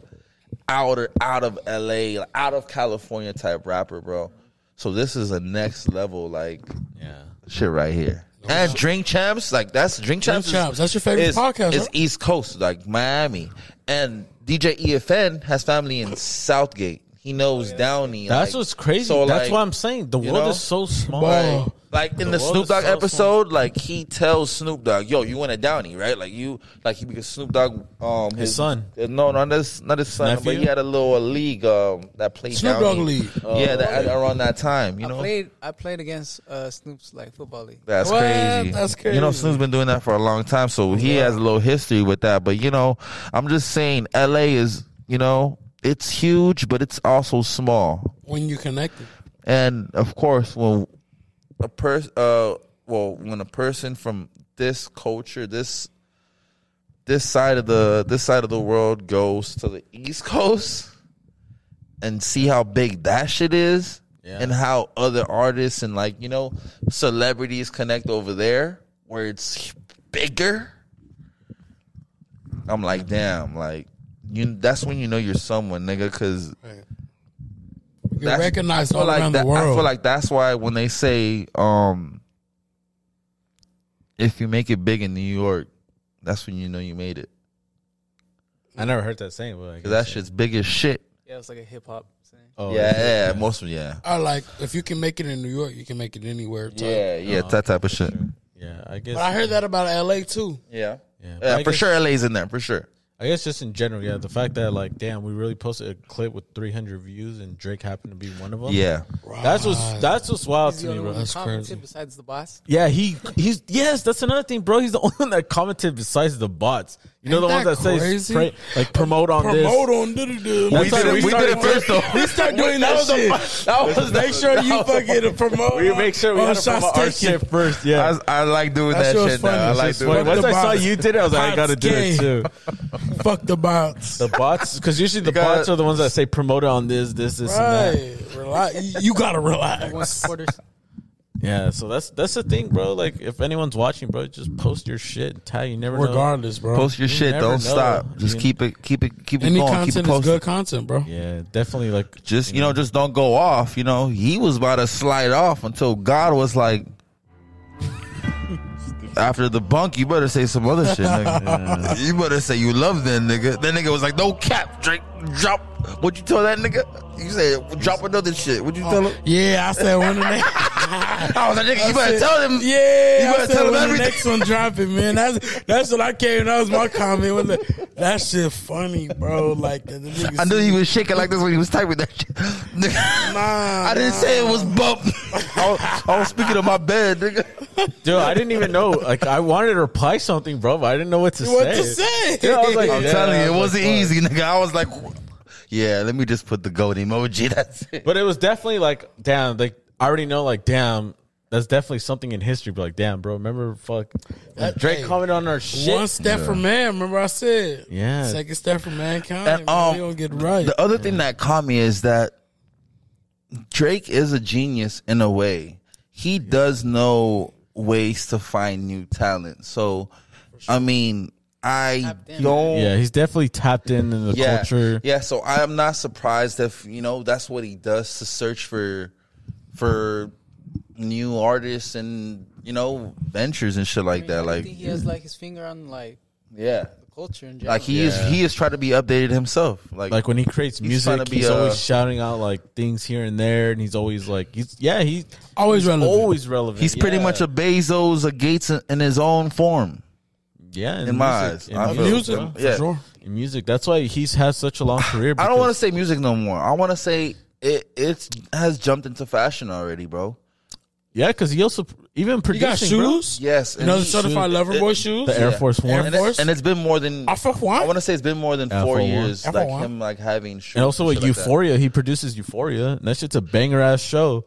Speaker 2: outer out of LA, like, out of California type rapper, bro. So this is a next level like
Speaker 1: yeah,
Speaker 2: shit right here. And Drink Champs, like that's Drink Champs. is-
Speaker 4: Champs, that's your favorite
Speaker 2: is-
Speaker 4: podcast,
Speaker 2: Is
Speaker 4: right?
Speaker 2: East Coast, like Miami, and DJ EFN has family in Southgate. He knows Downey.
Speaker 1: that's
Speaker 2: like-
Speaker 1: what's crazy.
Speaker 2: so,
Speaker 1: that's
Speaker 2: like-
Speaker 1: why I'm saying the
Speaker 2: you
Speaker 1: world
Speaker 2: know?
Speaker 1: is so small.
Speaker 4: Wow.
Speaker 2: like in
Speaker 1: The
Speaker 2: the,
Speaker 1: world
Speaker 2: Snoop
Speaker 1: is
Speaker 2: Dogg
Speaker 1: so small.
Speaker 2: episode, like he tells Snoop Dogg, "Yo, you want a Downey, right?" Like you, like he because Snoop Dogg, um, his,
Speaker 1: son.
Speaker 2: uh, no, not his, not his son, but
Speaker 1: Nephew?
Speaker 2: he had a little league, um, that played
Speaker 4: Snoop
Speaker 2: Downey.
Speaker 4: Dogg league.
Speaker 2: yeah, that, around that time, you
Speaker 3: I
Speaker 2: know,
Speaker 3: played. I played against uh, Snoop's like football league.
Speaker 2: that's
Speaker 4: What?
Speaker 2: crazy.
Speaker 4: That's
Speaker 2: You know,
Speaker 4: crazy.
Speaker 2: Snoop's been doing that for a long time, so he has a little history with that. But you know, I'm just saying, L.A. is, you know, it's huge, but it's also small.
Speaker 4: When you connected.
Speaker 2: And of course, when a person, uh, well, when a person from this culture, this this side of the this side of the world goes to the East Coast and see how big that shit is,
Speaker 1: Yeah.
Speaker 2: and how other artists and like you know celebrities connect over there where it's bigger. I'm like, damn, like you. That's when you know you're someone, nigga, because
Speaker 4: You're recognized
Speaker 2: I feel
Speaker 4: all
Speaker 2: like
Speaker 4: around
Speaker 2: that-
Speaker 4: the world.
Speaker 2: I feel like that's why when they say, um, if you make it big in New York, that's when you know you made it.
Speaker 1: I never heard that saying, but I
Speaker 2: 'Cause
Speaker 1: guess
Speaker 2: that shit's big as shit.
Speaker 3: Yeah, it was like a hip hop thing.
Speaker 1: oh,
Speaker 2: yeah, yeah, most of yeah.
Speaker 4: Or like, if you can make it in New York, you can make it anywhere. Type.
Speaker 2: Yeah, yeah, that type of shit.
Speaker 1: yeah. I guess,
Speaker 4: But I heard that about LA too.
Speaker 2: Yeah.
Speaker 1: yeah, but
Speaker 2: Yeah,
Speaker 1: I
Speaker 2: for
Speaker 1: guess-
Speaker 2: sure LA's in there, for sure.
Speaker 1: I guess just in general, yeah. The fact that like, damn, we really posted a clip with 300 views, and Drake happened to be one of them.
Speaker 2: Yeah.
Speaker 1: that's what's that's what's wild
Speaker 3: He's
Speaker 1: to
Speaker 3: the
Speaker 1: me,
Speaker 3: only
Speaker 1: bro.
Speaker 3: one who
Speaker 4: That's
Speaker 3: commented
Speaker 4: crazy.
Speaker 3: besides the boss.
Speaker 1: Yeah, he he's yes. That's another thing, bro. He's the only one that commented besides the bots. You know
Speaker 4: Ain't
Speaker 1: the ones
Speaker 4: that
Speaker 1: that
Speaker 4: crazy?
Speaker 1: say spray, like promote on
Speaker 4: Promote
Speaker 1: this.
Speaker 4: on duh-duh-duh.
Speaker 1: That's
Speaker 4: We
Speaker 1: how
Speaker 4: did it-
Speaker 1: we
Speaker 4: we
Speaker 1: started
Speaker 4: did it first though.
Speaker 1: doing-
Speaker 4: We start doing that, shit.
Speaker 2: That was
Speaker 4: Make sure you fucking promote.
Speaker 1: We make sure we
Speaker 4: on
Speaker 1: had to
Speaker 4: Shots
Speaker 1: promote our
Speaker 4: Taken.
Speaker 1: shit first. Yeah.
Speaker 2: I, I like doing that,
Speaker 4: That shit was
Speaker 2: shit now.
Speaker 4: funny.
Speaker 2: I
Speaker 4: It's
Speaker 2: like
Speaker 4: just
Speaker 2: doing
Speaker 4: funny.
Speaker 2: that.
Speaker 1: Once
Speaker 4: the
Speaker 1: I saw
Speaker 4: bots.
Speaker 1: you did it, I was like, I
Speaker 4: Bots
Speaker 1: gotta do
Speaker 4: gay.
Speaker 1: it too.
Speaker 4: Fuck the bots.
Speaker 1: The bots, because usually the
Speaker 2: Because-
Speaker 1: bots are the ones that say promote on this, this, this, and that.
Speaker 4: Right. Relax. You- You gotta
Speaker 3: One
Speaker 4: relax.
Speaker 3: supporters.
Speaker 1: Yeah. So that's that's the thing, bro. Like, if anyone's watching, bro, just post your shit. and Tag. You never know.
Speaker 4: Regardless, bro.
Speaker 2: Post your shit.
Speaker 1: never
Speaker 2: Don't
Speaker 1: know.
Speaker 2: stop. Just
Speaker 1: You-
Speaker 2: keep it keep it keep it
Speaker 4: Any
Speaker 2: going. Keep it
Speaker 4: content is
Speaker 2: posted.
Speaker 4: good content, bro.
Speaker 1: Yeah, definitely. Like,
Speaker 2: Just you know, just don't go off. You know, he was about to slide off until God was like, after the bunk, you better say some other shit, nigga. You better say you love that nigga. That nigga was like, no cap, drink, drop. What you tell that nigga? You said drop another shit. What you tell him?
Speaker 4: Yeah, I said one of them.
Speaker 2: Oh. I was like, nigga, you better
Speaker 4: said-
Speaker 2: tell him.
Speaker 4: Yeah,
Speaker 2: You
Speaker 4: I
Speaker 2: better
Speaker 4: said
Speaker 2: tell him
Speaker 4: when
Speaker 2: everything.
Speaker 4: The next one dropping, man. That's that's what I came. That was my comment. When the, that shit funny, bro. Like the, the niggas-
Speaker 2: I knew he was shaking like this when he was typing that shit. Nigga,
Speaker 4: Nah,
Speaker 2: I didn't
Speaker 4: nah.
Speaker 2: say it was bump. I was, I was speaking of my bed, nigga.
Speaker 1: dude, I didn't even know. Like, I wanted to reply something, bro, but I didn't know what to
Speaker 4: what
Speaker 1: say.
Speaker 4: to say.
Speaker 1: Yeah, I was like,
Speaker 2: I'm
Speaker 1: Yeah,
Speaker 2: telling you,
Speaker 1: I
Speaker 2: it
Speaker 1: was
Speaker 2: wasn't
Speaker 1: like, fuck.
Speaker 2: easy, nigga. I was like, yeah, let me just put the goat emoji. That's it.
Speaker 1: But it was definitely like, damn, like I already know, like, damn, that's definitely something in history. But like, damn, bro, remember, fuck, when
Speaker 4: That-
Speaker 1: Drake
Speaker 4: hey,
Speaker 1: commented on our shit.
Speaker 4: one step for man. Remember I said,
Speaker 1: Yeah.
Speaker 4: Second step for mankind.
Speaker 2: And,
Speaker 4: man,
Speaker 2: um,
Speaker 4: we don't get right.
Speaker 2: The other thing that caught me is that Drake is a genius in a way. He does know ways to find new talent. So, I mean, I
Speaker 3: Tapped in.
Speaker 2: don't.
Speaker 1: yeah, he's definitely tapped in in the
Speaker 2: yeah,
Speaker 1: culture.
Speaker 2: Yeah, so I am not surprised if you know that's what he does to search for for new artists and you know ventures and shit like that.
Speaker 3: I
Speaker 2: Like,
Speaker 3: think he has like his finger on like
Speaker 2: yeah,
Speaker 3: culture in general.
Speaker 2: like he is he is trying to be updated himself. Like,
Speaker 1: Like when he creates
Speaker 2: trying
Speaker 1: music,
Speaker 2: to be
Speaker 1: he's
Speaker 2: a-
Speaker 1: always shouting out like things here and there, and he's always like, he's yeah, he's
Speaker 4: always relevant.
Speaker 1: always relevant.
Speaker 2: he's pretty
Speaker 1: yeah.
Speaker 2: much a Bezos, a Gates in, in his own form.
Speaker 1: Yeah,
Speaker 2: in my eyes.
Speaker 1: in
Speaker 2: I feel-
Speaker 1: music,
Speaker 4: Music,
Speaker 1: yeah.
Speaker 2: yeah.
Speaker 4: for sure.
Speaker 1: In music. That's why he's had such a long career.
Speaker 2: I don't want
Speaker 1: because-
Speaker 2: to say music no more. I want to say it it's has jumped into fashion already, bro.
Speaker 1: Yeah, because he also even
Speaker 4: You got
Speaker 1: producing. bro.
Speaker 4: shoes?
Speaker 2: Yes, and
Speaker 4: Another
Speaker 2: shoes-
Speaker 4: certified lover boy
Speaker 2: it-
Speaker 4: shoes?
Speaker 1: The Air
Speaker 2: Yeah.
Speaker 1: Force One.
Speaker 2: and, it-
Speaker 4: Force?
Speaker 2: and it's been more than
Speaker 4: I
Speaker 2: I,
Speaker 4: fuck one.
Speaker 2: want to say it's been more than
Speaker 1: Yeah,
Speaker 2: four
Speaker 1: for one.
Speaker 2: years,
Speaker 4: Yeah, for
Speaker 2: like
Speaker 4: one.
Speaker 2: him like having shoes
Speaker 1: And also with
Speaker 2: shit like that.
Speaker 1: Euphoria, he produces Euphoria. And that shit's a banger ass show.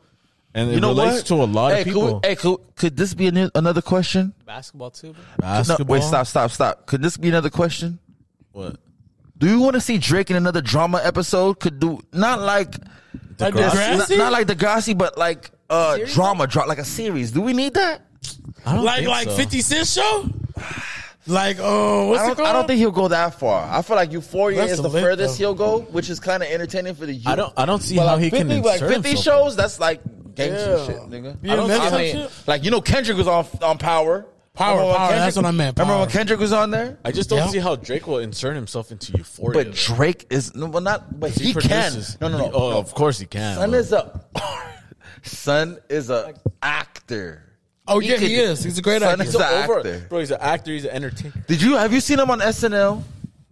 Speaker 1: And it
Speaker 2: You know
Speaker 1: relates
Speaker 2: what?
Speaker 1: to a lot
Speaker 2: hey,
Speaker 1: of people.
Speaker 2: Could, we- hey, could, could this be an, another question?
Speaker 3: Basketball too. Bro.
Speaker 1: Basketball.
Speaker 2: No, wait, stop, stop, stop. Could this be another question?
Speaker 1: What?
Speaker 2: Do you want to see Drake in another drama episode? Could do not like
Speaker 4: Like
Speaker 1: Degrassi?
Speaker 2: not,
Speaker 4: Degrassi?
Speaker 2: not like Degrassi, but like uh
Speaker 3: Series?
Speaker 2: drama, dra- like a series. Do we need that?
Speaker 1: I don't
Speaker 4: like
Speaker 1: think
Speaker 4: like
Speaker 1: so.
Speaker 4: Fifty Cent show. Like uh, what's
Speaker 2: I
Speaker 4: it
Speaker 2: don't,
Speaker 4: called?
Speaker 2: I don't think he'll go that far. I feel like Euphoria
Speaker 4: That's
Speaker 2: is
Speaker 4: the
Speaker 2: the
Speaker 4: lit,
Speaker 2: furthest
Speaker 4: though.
Speaker 2: he'll go, which is kind of entertaining for the youth.
Speaker 1: I don't. I don't see
Speaker 2: But
Speaker 1: how
Speaker 2: like
Speaker 1: he
Speaker 2: 50,
Speaker 1: can
Speaker 2: like
Speaker 1: insert
Speaker 2: 50
Speaker 1: himself.
Speaker 2: shows. That's like gangster
Speaker 4: Yeah.
Speaker 2: shit, nigga.
Speaker 4: Yeah,
Speaker 2: I don't.
Speaker 4: that's
Speaker 2: I
Speaker 4: some
Speaker 2: mean,
Speaker 4: shit.
Speaker 2: like you know, Kendrick was on on Power.
Speaker 4: Power,
Speaker 2: Remember when
Speaker 4: Power, that's what I meant,
Speaker 2: Remember when
Speaker 4: Power.
Speaker 2: Kendrick was on there?
Speaker 1: I just don't
Speaker 4: Yeah.
Speaker 1: see how Drake will insert himself into Euphoria.
Speaker 2: But Drake is no, well, not. But he, can.
Speaker 1: produces.
Speaker 2: No, no, no.
Speaker 1: Oh, of course he can.
Speaker 2: Son
Speaker 1: but-
Speaker 2: is a son is a actor.
Speaker 4: Oh yeah, he,
Speaker 2: could-
Speaker 4: is. He's a great
Speaker 2: Son
Speaker 4: actor.
Speaker 2: is
Speaker 1: He's
Speaker 2: an
Speaker 1: an
Speaker 2: actor.
Speaker 1: bro. He's an actor. He's an entertainer.
Speaker 2: Did you have you seen him on SNL?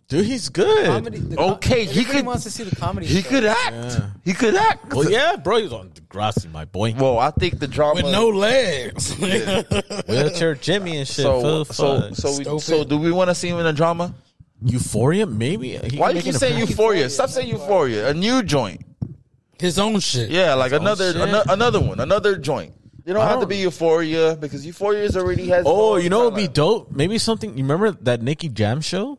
Speaker 1: Dude, he's good.
Speaker 3: Comedy, the
Speaker 2: Okay, he
Speaker 3: everybody
Speaker 2: could-
Speaker 3: wants to see the comedy.
Speaker 2: He
Speaker 3: show.
Speaker 2: could act. He could act.
Speaker 1: Well, yeah, bro. He was on Degrassi, my boy.
Speaker 2: Well, I think the drama.
Speaker 4: With no legs.
Speaker 1: Wheelchair Jimmy and shit. So,
Speaker 2: so so so, we, so
Speaker 4: Stupid.
Speaker 2: do we want to see him in a drama?
Speaker 1: Euphoria, maybe. He can
Speaker 2: Why do
Speaker 1: make
Speaker 2: you
Speaker 1: an
Speaker 2: say
Speaker 1: appearance.
Speaker 2: euphoria? Stop saying euphoria. A new joint.
Speaker 4: His own shit.
Speaker 2: Yeah, like another
Speaker 1: shit.
Speaker 2: ano- another one, another joint. You don't
Speaker 1: I
Speaker 2: have to
Speaker 1: don't-
Speaker 2: be euphoria because euphoria is already has.
Speaker 1: Oh, you know what would be
Speaker 2: Like-
Speaker 1: dope? Maybe something. You remember that Nicki Jam show?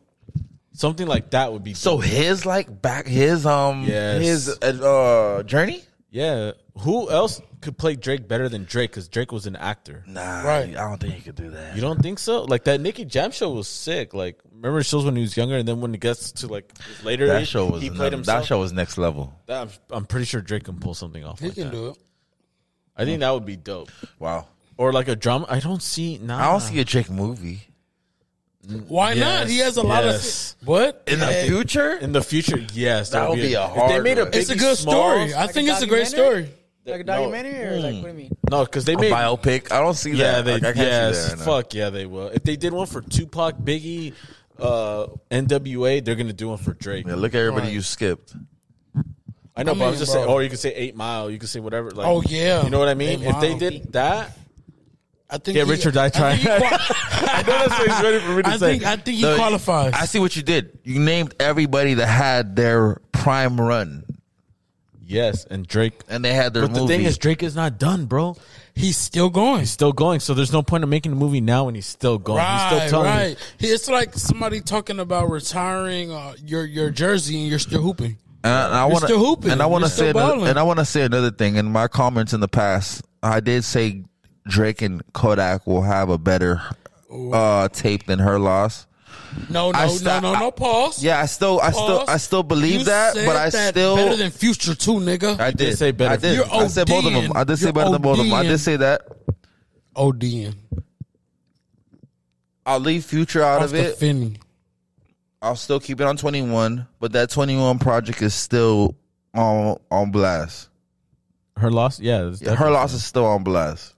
Speaker 1: Something like that would be.
Speaker 2: So
Speaker 1: dope.
Speaker 2: his like back his um
Speaker 1: Yes.
Speaker 2: his uh, uh journey.
Speaker 1: yeah, who else could play Drake better than Drake? Because Drake was an actor.
Speaker 2: Nah,
Speaker 4: Right.
Speaker 2: I don't think he could do that.
Speaker 1: You don't think so? Like that Nicki Jam show was sick. Like remember shows when he was younger, and then when it gets to like his later,
Speaker 2: that
Speaker 1: age,
Speaker 2: show was
Speaker 1: he
Speaker 2: another-
Speaker 1: played himself.
Speaker 2: that show was next level.
Speaker 1: That- I'm, I'm pretty sure Drake can pull something off.
Speaker 4: He
Speaker 1: like
Speaker 4: can
Speaker 1: that.
Speaker 4: do it.
Speaker 1: I think that would be dope.
Speaker 2: Wow,
Speaker 1: Or like a drama. I don't see. Nah.
Speaker 2: I don't see a Drake movie
Speaker 4: Why not?
Speaker 1: Yes,
Speaker 4: He has a lot
Speaker 1: yes.
Speaker 4: of what?
Speaker 2: in the
Speaker 4: Hey,
Speaker 2: future.
Speaker 1: in the future. Yes,
Speaker 2: That would be a
Speaker 1: if
Speaker 2: hard one.
Speaker 1: Biggie
Speaker 4: It's a good
Speaker 1: Smalls-
Speaker 4: story. I
Speaker 3: a
Speaker 4: think it's a great
Speaker 3: documentary?
Speaker 4: story.
Speaker 3: like a
Speaker 1: No.
Speaker 3: documentary or like what do
Speaker 2: Hmm.
Speaker 3: you mean?
Speaker 1: No, because they
Speaker 2: A
Speaker 1: made.
Speaker 2: biopic. I don't see
Speaker 1: yeah,
Speaker 2: that.
Speaker 1: they.
Speaker 2: Like, I can't
Speaker 1: yes,
Speaker 2: see that. right now.
Speaker 1: fuck yeah, they will. If they did one for Tupac, Biggie, uh, N.W.A., they're gonna do one for Drake.
Speaker 2: Yeah, look at everybody you skipped.
Speaker 1: I know, but
Speaker 4: I
Speaker 1: I
Speaker 4: mean,
Speaker 1: was just
Speaker 4: bro.
Speaker 1: saying. Or you could say Eight Mile. You could say whatever. Like,
Speaker 4: Oh, yeah.
Speaker 1: you know what I mean.
Speaker 4: Eight
Speaker 1: if they
Speaker 4: Mile.
Speaker 1: did that,
Speaker 4: I think
Speaker 1: Get
Speaker 4: he-
Speaker 1: rich or die
Speaker 4: I think he
Speaker 1: trying.
Speaker 4: qual-
Speaker 1: I know that's what he's ready for me to
Speaker 4: I
Speaker 1: say.
Speaker 4: think I think he
Speaker 2: No,
Speaker 4: qualifies.
Speaker 2: I see what you did. You named everybody that had their prime run,
Speaker 1: yes, and Drake.
Speaker 2: and they had their
Speaker 1: But
Speaker 2: movie.
Speaker 1: the thing is, Drake is not done, bro.
Speaker 4: He's still going.
Speaker 1: Still going. So there's no point in making a movie now when he's still going. he's still telling me.
Speaker 4: right. He- It's like somebody talking about retiring uh, your your jersey and you're still hooping.
Speaker 2: and I, and I
Speaker 4: You're
Speaker 2: wanna,
Speaker 4: still hooping.
Speaker 2: And I want to
Speaker 4: You're still
Speaker 2: say, another,
Speaker 4: balling.
Speaker 2: and I want to say another thing. In my comments in the past, I did say Drake and Kodak will have a better uh, tape than her loss.
Speaker 4: No,
Speaker 2: I
Speaker 4: no,
Speaker 2: sta-
Speaker 4: no, no, no. Pause.
Speaker 2: Yeah, I still, I still,
Speaker 4: Pause.
Speaker 2: I still believe
Speaker 4: You
Speaker 2: that,
Speaker 4: said
Speaker 2: but I
Speaker 4: that
Speaker 2: still,
Speaker 4: better than Future too, nigga.
Speaker 2: I
Speaker 1: did
Speaker 2: did
Speaker 1: say better.
Speaker 2: I did.
Speaker 4: You're
Speaker 2: I said both of them.
Speaker 4: ODing.
Speaker 2: I did say
Speaker 4: You're
Speaker 2: better than both of them. I
Speaker 4: ODing.
Speaker 2: did say that.
Speaker 4: ODN
Speaker 2: I'll leave Future out
Speaker 4: off
Speaker 2: of
Speaker 4: the
Speaker 2: it.
Speaker 4: Finney.
Speaker 2: I'll still keep it on 21, but that 21 project is still on on blast.
Speaker 1: Her loss, yeah. it's
Speaker 2: Her loss is still on blast.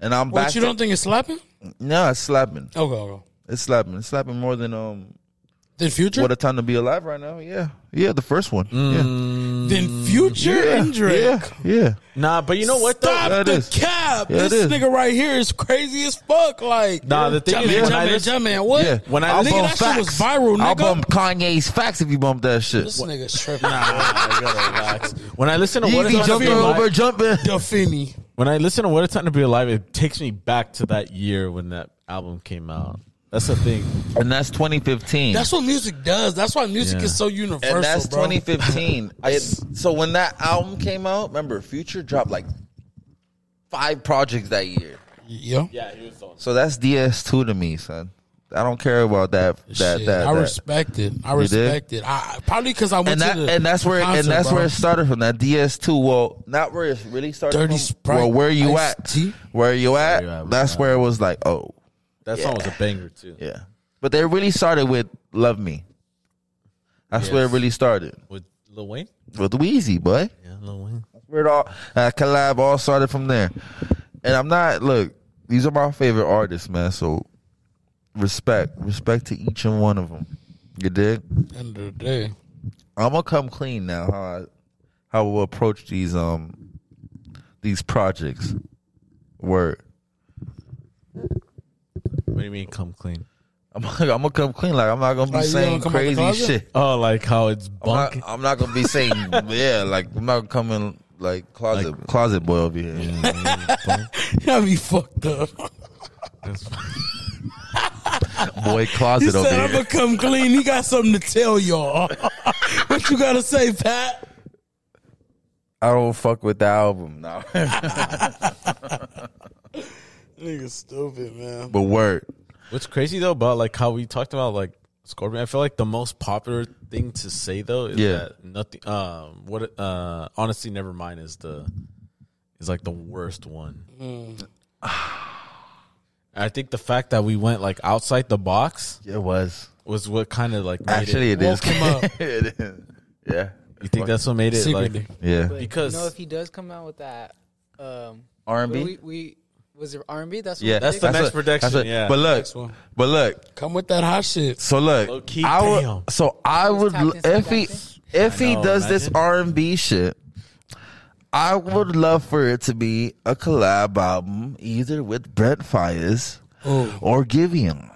Speaker 2: And I'm back.
Speaker 4: What you
Speaker 2: to-
Speaker 4: don't think it's slapping?
Speaker 2: no, it's slapping.
Speaker 4: Okay, okay.
Speaker 2: It's slapping. It's slapping more than um
Speaker 4: Then Future.
Speaker 2: what a time to be alive right now. Yeah. Yeah, the first one.
Speaker 4: Mm. then Future
Speaker 2: Yeah.
Speaker 4: and Drake.
Speaker 2: Yeah. Yeah.
Speaker 1: Nah, but you know what? Though?
Speaker 4: Stop
Speaker 2: Yeah, it
Speaker 4: the
Speaker 2: is.
Speaker 4: cap.
Speaker 2: Yeah, it
Speaker 4: this
Speaker 2: is.
Speaker 4: nigga right here is crazy as fuck. Like,
Speaker 1: Nah, the thing
Speaker 4: Jumpman,
Speaker 1: is, when I
Speaker 4: Jumpman,
Speaker 1: listen-
Speaker 4: Jumpman, what?
Speaker 2: Yeah.
Speaker 1: When I
Speaker 2: I'll
Speaker 1: listen-
Speaker 2: bump
Speaker 4: Nigga, that shit was viral,
Speaker 2: I'll
Speaker 4: nigga.
Speaker 2: bump Kanye's facts if you bump that shit.
Speaker 4: This nigga's tripping. Nah,
Speaker 1: I gotta relax. When I listen to
Speaker 2: You
Speaker 1: what
Speaker 2: be
Speaker 1: a time to
Speaker 2: jumping
Speaker 1: be
Speaker 2: over
Speaker 1: alive,
Speaker 2: jumping.
Speaker 4: Duffini.
Speaker 1: when I listen to what a time to be alive, it takes me back to that year when that album came out. That's the thing.
Speaker 2: And that's 2015.
Speaker 4: That's what music does. That's why music
Speaker 1: Yeah.
Speaker 4: is so universal,
Speaker 2: and that's
Speaker 4: bro.
Speaker 2: 2015. It- so when that album came out, remember Future dropped like five projects that year.
Speaker 4: yeah.
Speaker 1: Yeah, he was on.
Speaker 2: So that's DS2 to me, son. I don't care about that. That
Speaker 4: Shit,
Speaker 2: that.
Speaker 4: I
Speaker 2: that.
Speaker 4: respect it. I
Speaker 2: did?
Speaker 4: respect it. I probably because I went
Speaker 2: and that
Speaker 4: to the
Speaker 2: and that's where
Speaker 4: concert,
Speaker 2: and that's
Speaker 4: bro.
Speaker 2: where it started from. That DS2. Well, not where it really started.
Speaker 4: Dirty
Speaker 2: from,
Speaker 4: Sprite,
Speaker 2: Well, where you
Speaker 4: Ice
Speaker 2: at?
Speaker 4: Tea.
Speaker 2: Where you at?
Speaker 1: you at,
Speaker 2: that's where it was like, oh
Speaker 1: That song was a banger too.
Speaker 2: yeah. But they really started with "Love Me." That's where it
Speaker 1: Yes.
Speaker 2: really started
Speaker 1: With Lil Wayne.
Speaker 2: with Wheezy, boy.
Speaker 1: Yeah, Lil Wayne.
Speaker 2: where it all uh, collab all started from there. And I'm not look, these are my favorite artists, man. So respect, respect to each and one of them. You dig?
Speaker 4: End of the day.
Speaker 2: I'm gonna come clean now. How I, how we'll approach these um these projects. Word.
Speaker 1: What do you mean come clean?
Speaker 2: I'm, I'm gonna come clean. Like I'm not gonna be
Speaker 4: Like, you
Speaker 2: saying
Speaker 4: gonna come out the
Speaker 2: crazy
Speaker 4: closet?
Speaker 2: shit.
Speaker 1: Oh, like how it's
Speaker 2: I'm not,
Speaker 1: bunk.
Speaker 2: I'm not gonna be saying yeah. Like I'm not coming like closet closet boy over here.
Speaker 4: Y'all be fucked up.
Speaker 2: boy
Speaker 4: He
Speaker 2: closet
Speaker 4: said,
Speaker 2: over
Speaker 4: I'm
Speaker 2: here.
Speaker 4: going to come clean. He got something to tell y'all. what you got to say, Pat?
Speaker 2: I don't fuck with the album now.
Speaker 4: Nigga, stupid, man.
Speaker 2: but word.
Speaker 1: What's crazy though about like how we talked about like Scorpion? I feel like the most popular thing to say though is
Speaker 2: Yeah.
Speaker 1: that nothing. Um, what? Uh, honestly, never mind is the is like the worst one. I think the fact that we went like outside the box
Speaker 2: It was
Speaker 1: was what kind of like made
Speaker 2: actually
Speaker 1: It,
Speaker 2: it is.
Speaker 4: Woke him up.
Speaker 2: it is. Yeah.
Speaker 1: you think that's what made it
Speaker 4: Secretly.
Speaker 1: like
Speaker 2: yeah.
Speaker 3: But,
Speaker 1: Because-
Speaker 3: you know, if he does come out with that, um,
Speaker 2: R&B?
Speaker 3: we, we was it R and B? That's what
Speaker 2: Yeah,
Speaker 3: we
Speaker 1: That's
Speaker 3: did?
Speaker 1: the next
Speaker 2: what-
Speaker 1: production,
Speaker 2: what-
Speaker 1: yeah.
Speaker 2: but
Speaker 4: Next
Speaker 2: look,
Speaker 4: one.
Speaker 2: but look.
Speaker 4: Come with that hot shit.
Speaker 2: So
Speaker 1: Low
Speaker 2: look,
Speaker 1: key,
Speaker 2: I
Speaker 1: damn.
Speaker 2: would, so I would
Speaker 3: tapped into
Speaker 2: if
Speaker 3: that
Speaker 2: he
Speaker 3: shit.
Speaker 2: if he
Speaker 1: know,
Speaker 2: does this
Speaker 1: imagine.
Speaker 2: R and B shit, I would love for it to be a collab album, either with Brent Fires or Giveon.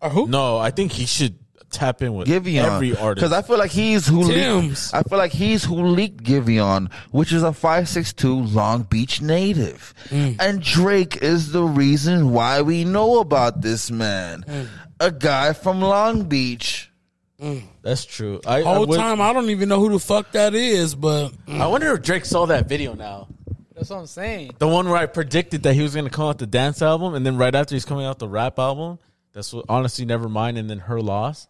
Speaker 4: Or who?
Speaker 1: no? I think he should tap in with
Speaker 2: Giveon,
Speaker 1: every artist
Speaker 2: because I feel like he's who leaked,
Speaker 4: Tim's.
Speaker 2: I feel like he's who leaked Giveon, which is a five six two Long Beach native, and Drake is the reason why we know about this man, a guy from Long Beach.
Speaker 1: that's true. I, I,
Speaker 4: Whole
Speaker 1: would-
Speaker 4: time, I don't even know who the fuck that is, but
Speaker 1: I wonder if Drake saw that video now.
Speaker 3: That's what I'm saying.
Speaker 1: The one where I predicted that he was going to come out the dance album, and then right after he's coming out the rap album. That's what honestly, never mind. And then her loss.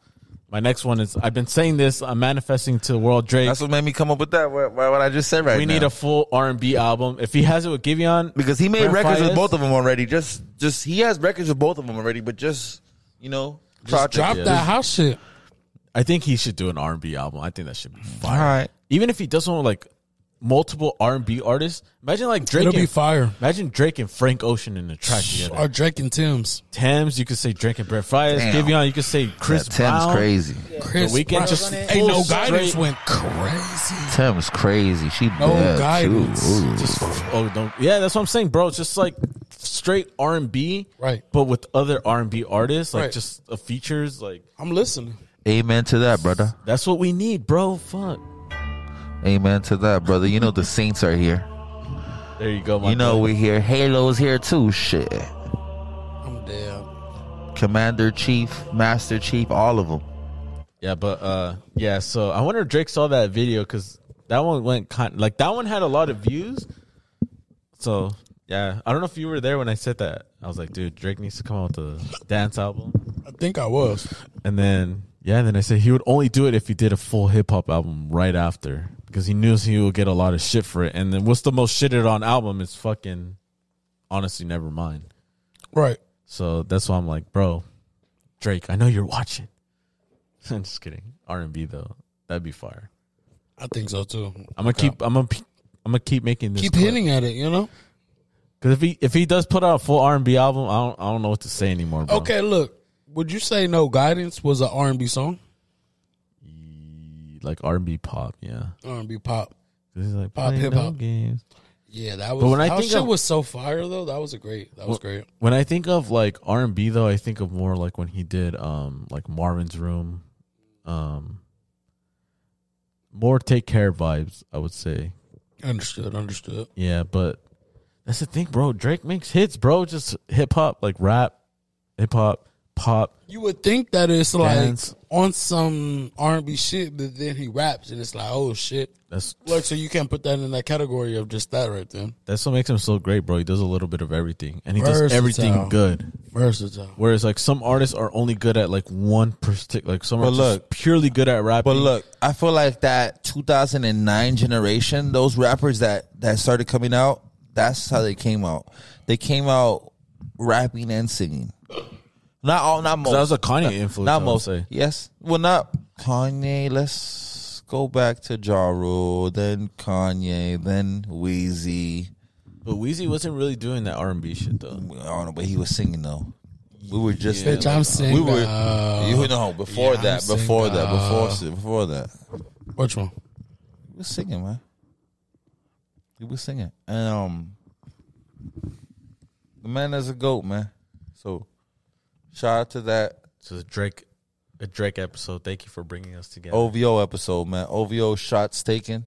Speaker 1: My next one is I've been saying this. I'm manifesting to the world Drake.
Speaker 2: That's what made me come up with that. What, what what I just said right
Speaker 1: we
Speaker 2: now.
Speaker 1: need a full R and B album. If he has it with Giveon,
Speaker 2: because he made
Speaker 1: Brent
Speaker 2: records with
Speaker 1: Fayez-
Speaker 2: both of them already. Just just he has records with both of them already, but just you know,
Speaker 4: just drop
Speaker 2: project.
Speaker 4: that hot shit.
Speaker 1: I think he should do an R and B album. I think that should be fun.
Speaker 2: All right,
Speaker 1: Even if he does one with like multiple R and B artists, imagine like Drake.
Speaker 4: It'll be
Speaker 1: and-
Speaker 4: fire.
Speaker 1: Imagine Drake and Frank Ocean in a track together.
Speaker 4: Or Drake and Tim's.
Speaker 1: Tams, you could say Drake and Brett Fires.
Speaker 2: Damn.
Speaker 1: Giveon, you could say Chris
Speaker 2: that Tim's
Speaker 1: Brown.
Speaker 2: crazy.
Speaker 4: Chris
Speaker 1: The Weeknd
Speaker 4: Brown.
Speaker 1: just
Speaker 4: Ain't no
Speaker 1: full
Speaker 4: guidance
Speaker 1: straight-
Speaker 4: went crazy.
Speaker 2: Tim's crazy. She
Speaker 4: No
Speaker 2: bad
Speaker 4: guidance.
Speaker 2: too. Ooh.
Speaker 1: Just oh don't yeah, that's what I'm saying, bro. It's just like straight R and B,
Speaker 4: Right.
Speaker 1: But with other R and B artists, like
Speaker 4: Right.
Speaker 1: just uh, features, like
Speaker 4: I'm listening.
Speaker 2: Amen to that, brother.
Speaker 1: that's what we need, bro. Fuck.
Speaker 2: Amen to that, brother. You know the saints are here.
Speaker 1: There you go, my
Speaker 2: You know
Speaker 1: boy.
Speaker 2: we hear Halo's here too. Shit,
Speaker 4: I'm dead.
Speaker 2: Commander Chief, Master Chief, all of them.
Speaker 1: yeah, but uh, yeah. So I wonder if Drake saw that video because that one went kind like that one had a lot of views. So yeah, I don't know if you were there when I said that. I was like, dude, Drake needs to come out with a dance album.
Speaker 4: I think I was.
Speaker 1: And then yeah, then I said he would only do it if he did a full hip hop album right after because he knew he would get a lot of shit for it. And then what's the most shitted on album is fucking honestly never mind.
Speaker 4: Right.
Speaker 1: So that's why I'm like, bro, Drake, I know you're watching. I'm just kidding. R and B though, that'd be fire.
Speaker 4: I think so too.
Speaker 1: I'm gonna keep. I'm gonna. pe- I'm gonna keep making this.
Speaker 4: Keep hinting at it, you know?
Speaker 1: because if he if he does put out a full R and B album, I don't I don't know what to say anymore. Bro.
Speaker 4: Okay, look. Would you say No Guidance was an R&B song?
Speaker 1: like R and B pop, yeah.
Speaker 4: R&B pop.
Speaker 1: 'Cause he's like
Speaker 4: Pop,
Speaker 1: playing
Speaker 4: hip-hop.
Speaker 1: no games.
Speaker 4: Yeah, that was.
Speaker 1: But when I
Speaker 4: that
Speaker 1: think
Speaker 4: shit
Speaker 1: of-
Speaker 4: was so fire though. That was a great. That was great.
Speaker 1: when I think of like R and B though, I think of more like when he did um like Marvin's Room, um more take care vibes, I would say.
Speaker 4: Understood. Understood.
Speaker 1: Yeah, but that's the thing, bro. Drake makes hits, bro. Just hip hop, like rap, hip hop, pop.
Speaker 4: You would think that it's like
Speaker 1: Dance.
Speaker 4: on some R&B shit, but then he raps and it's like, oh shit.
Speaker 1: That's
Speaker 4: Look, so you can't put that in that category of just that right then.
Speaker 1: that's what makes him so great, bro. He does a little bit of everything, and he does
Speaker 4: Versatile.
Speaker 1: everything good.
Speaker 4: Versatile.
Speaker 1: Whereas like some artists are only good at like one particular, like some are
Speaker 2: But
Speaker 1: just
Speaker 2: look-
Speaker 1: purely good at rapping.
Speaker 2: But look, I feel like that 2009 generation, those rappers that that started coming out, that's how they came out. They came out rapping and singing. Not all, not most.
Speaker 1: that was a Kanye influence. I
Speaker 2: Not
Speaker 1: would
Speaker 2: most.
Speaker 1: say.
Speaker 2: Yes. Well, not Kanye. Let's go back to Ja Rule, then Kanye, then Wheezy.
Speaker 1: But Weezy wasn't really doing that R and B shit though.
Speaker 2: I don't know, but he was singing though. We were just
Speaker 1: Yeah.
Speaker 5: Bitch, I'm
Speaker 2: we
Speaker 5: single.
Speaker 2: were
Speaker 4: uh,
Speaker 2: you know before
Speaker 5: Yeah,
Speaker 2: that
Speaker 5: I'm
Speaker 2: before that
Speaker 5: single.
Speaker 2: before si- before that
Speaker 5: Which one?
Speaker 2: we were singing man we were singing and um the man is a goat man so shout out to that
Speaker 1: So the Drake,
Speaker 2: Oh,
Speaker 1: a Drake episode. Thank you for bringing us together.
Speaker 2: OVO episode man OVO shots taken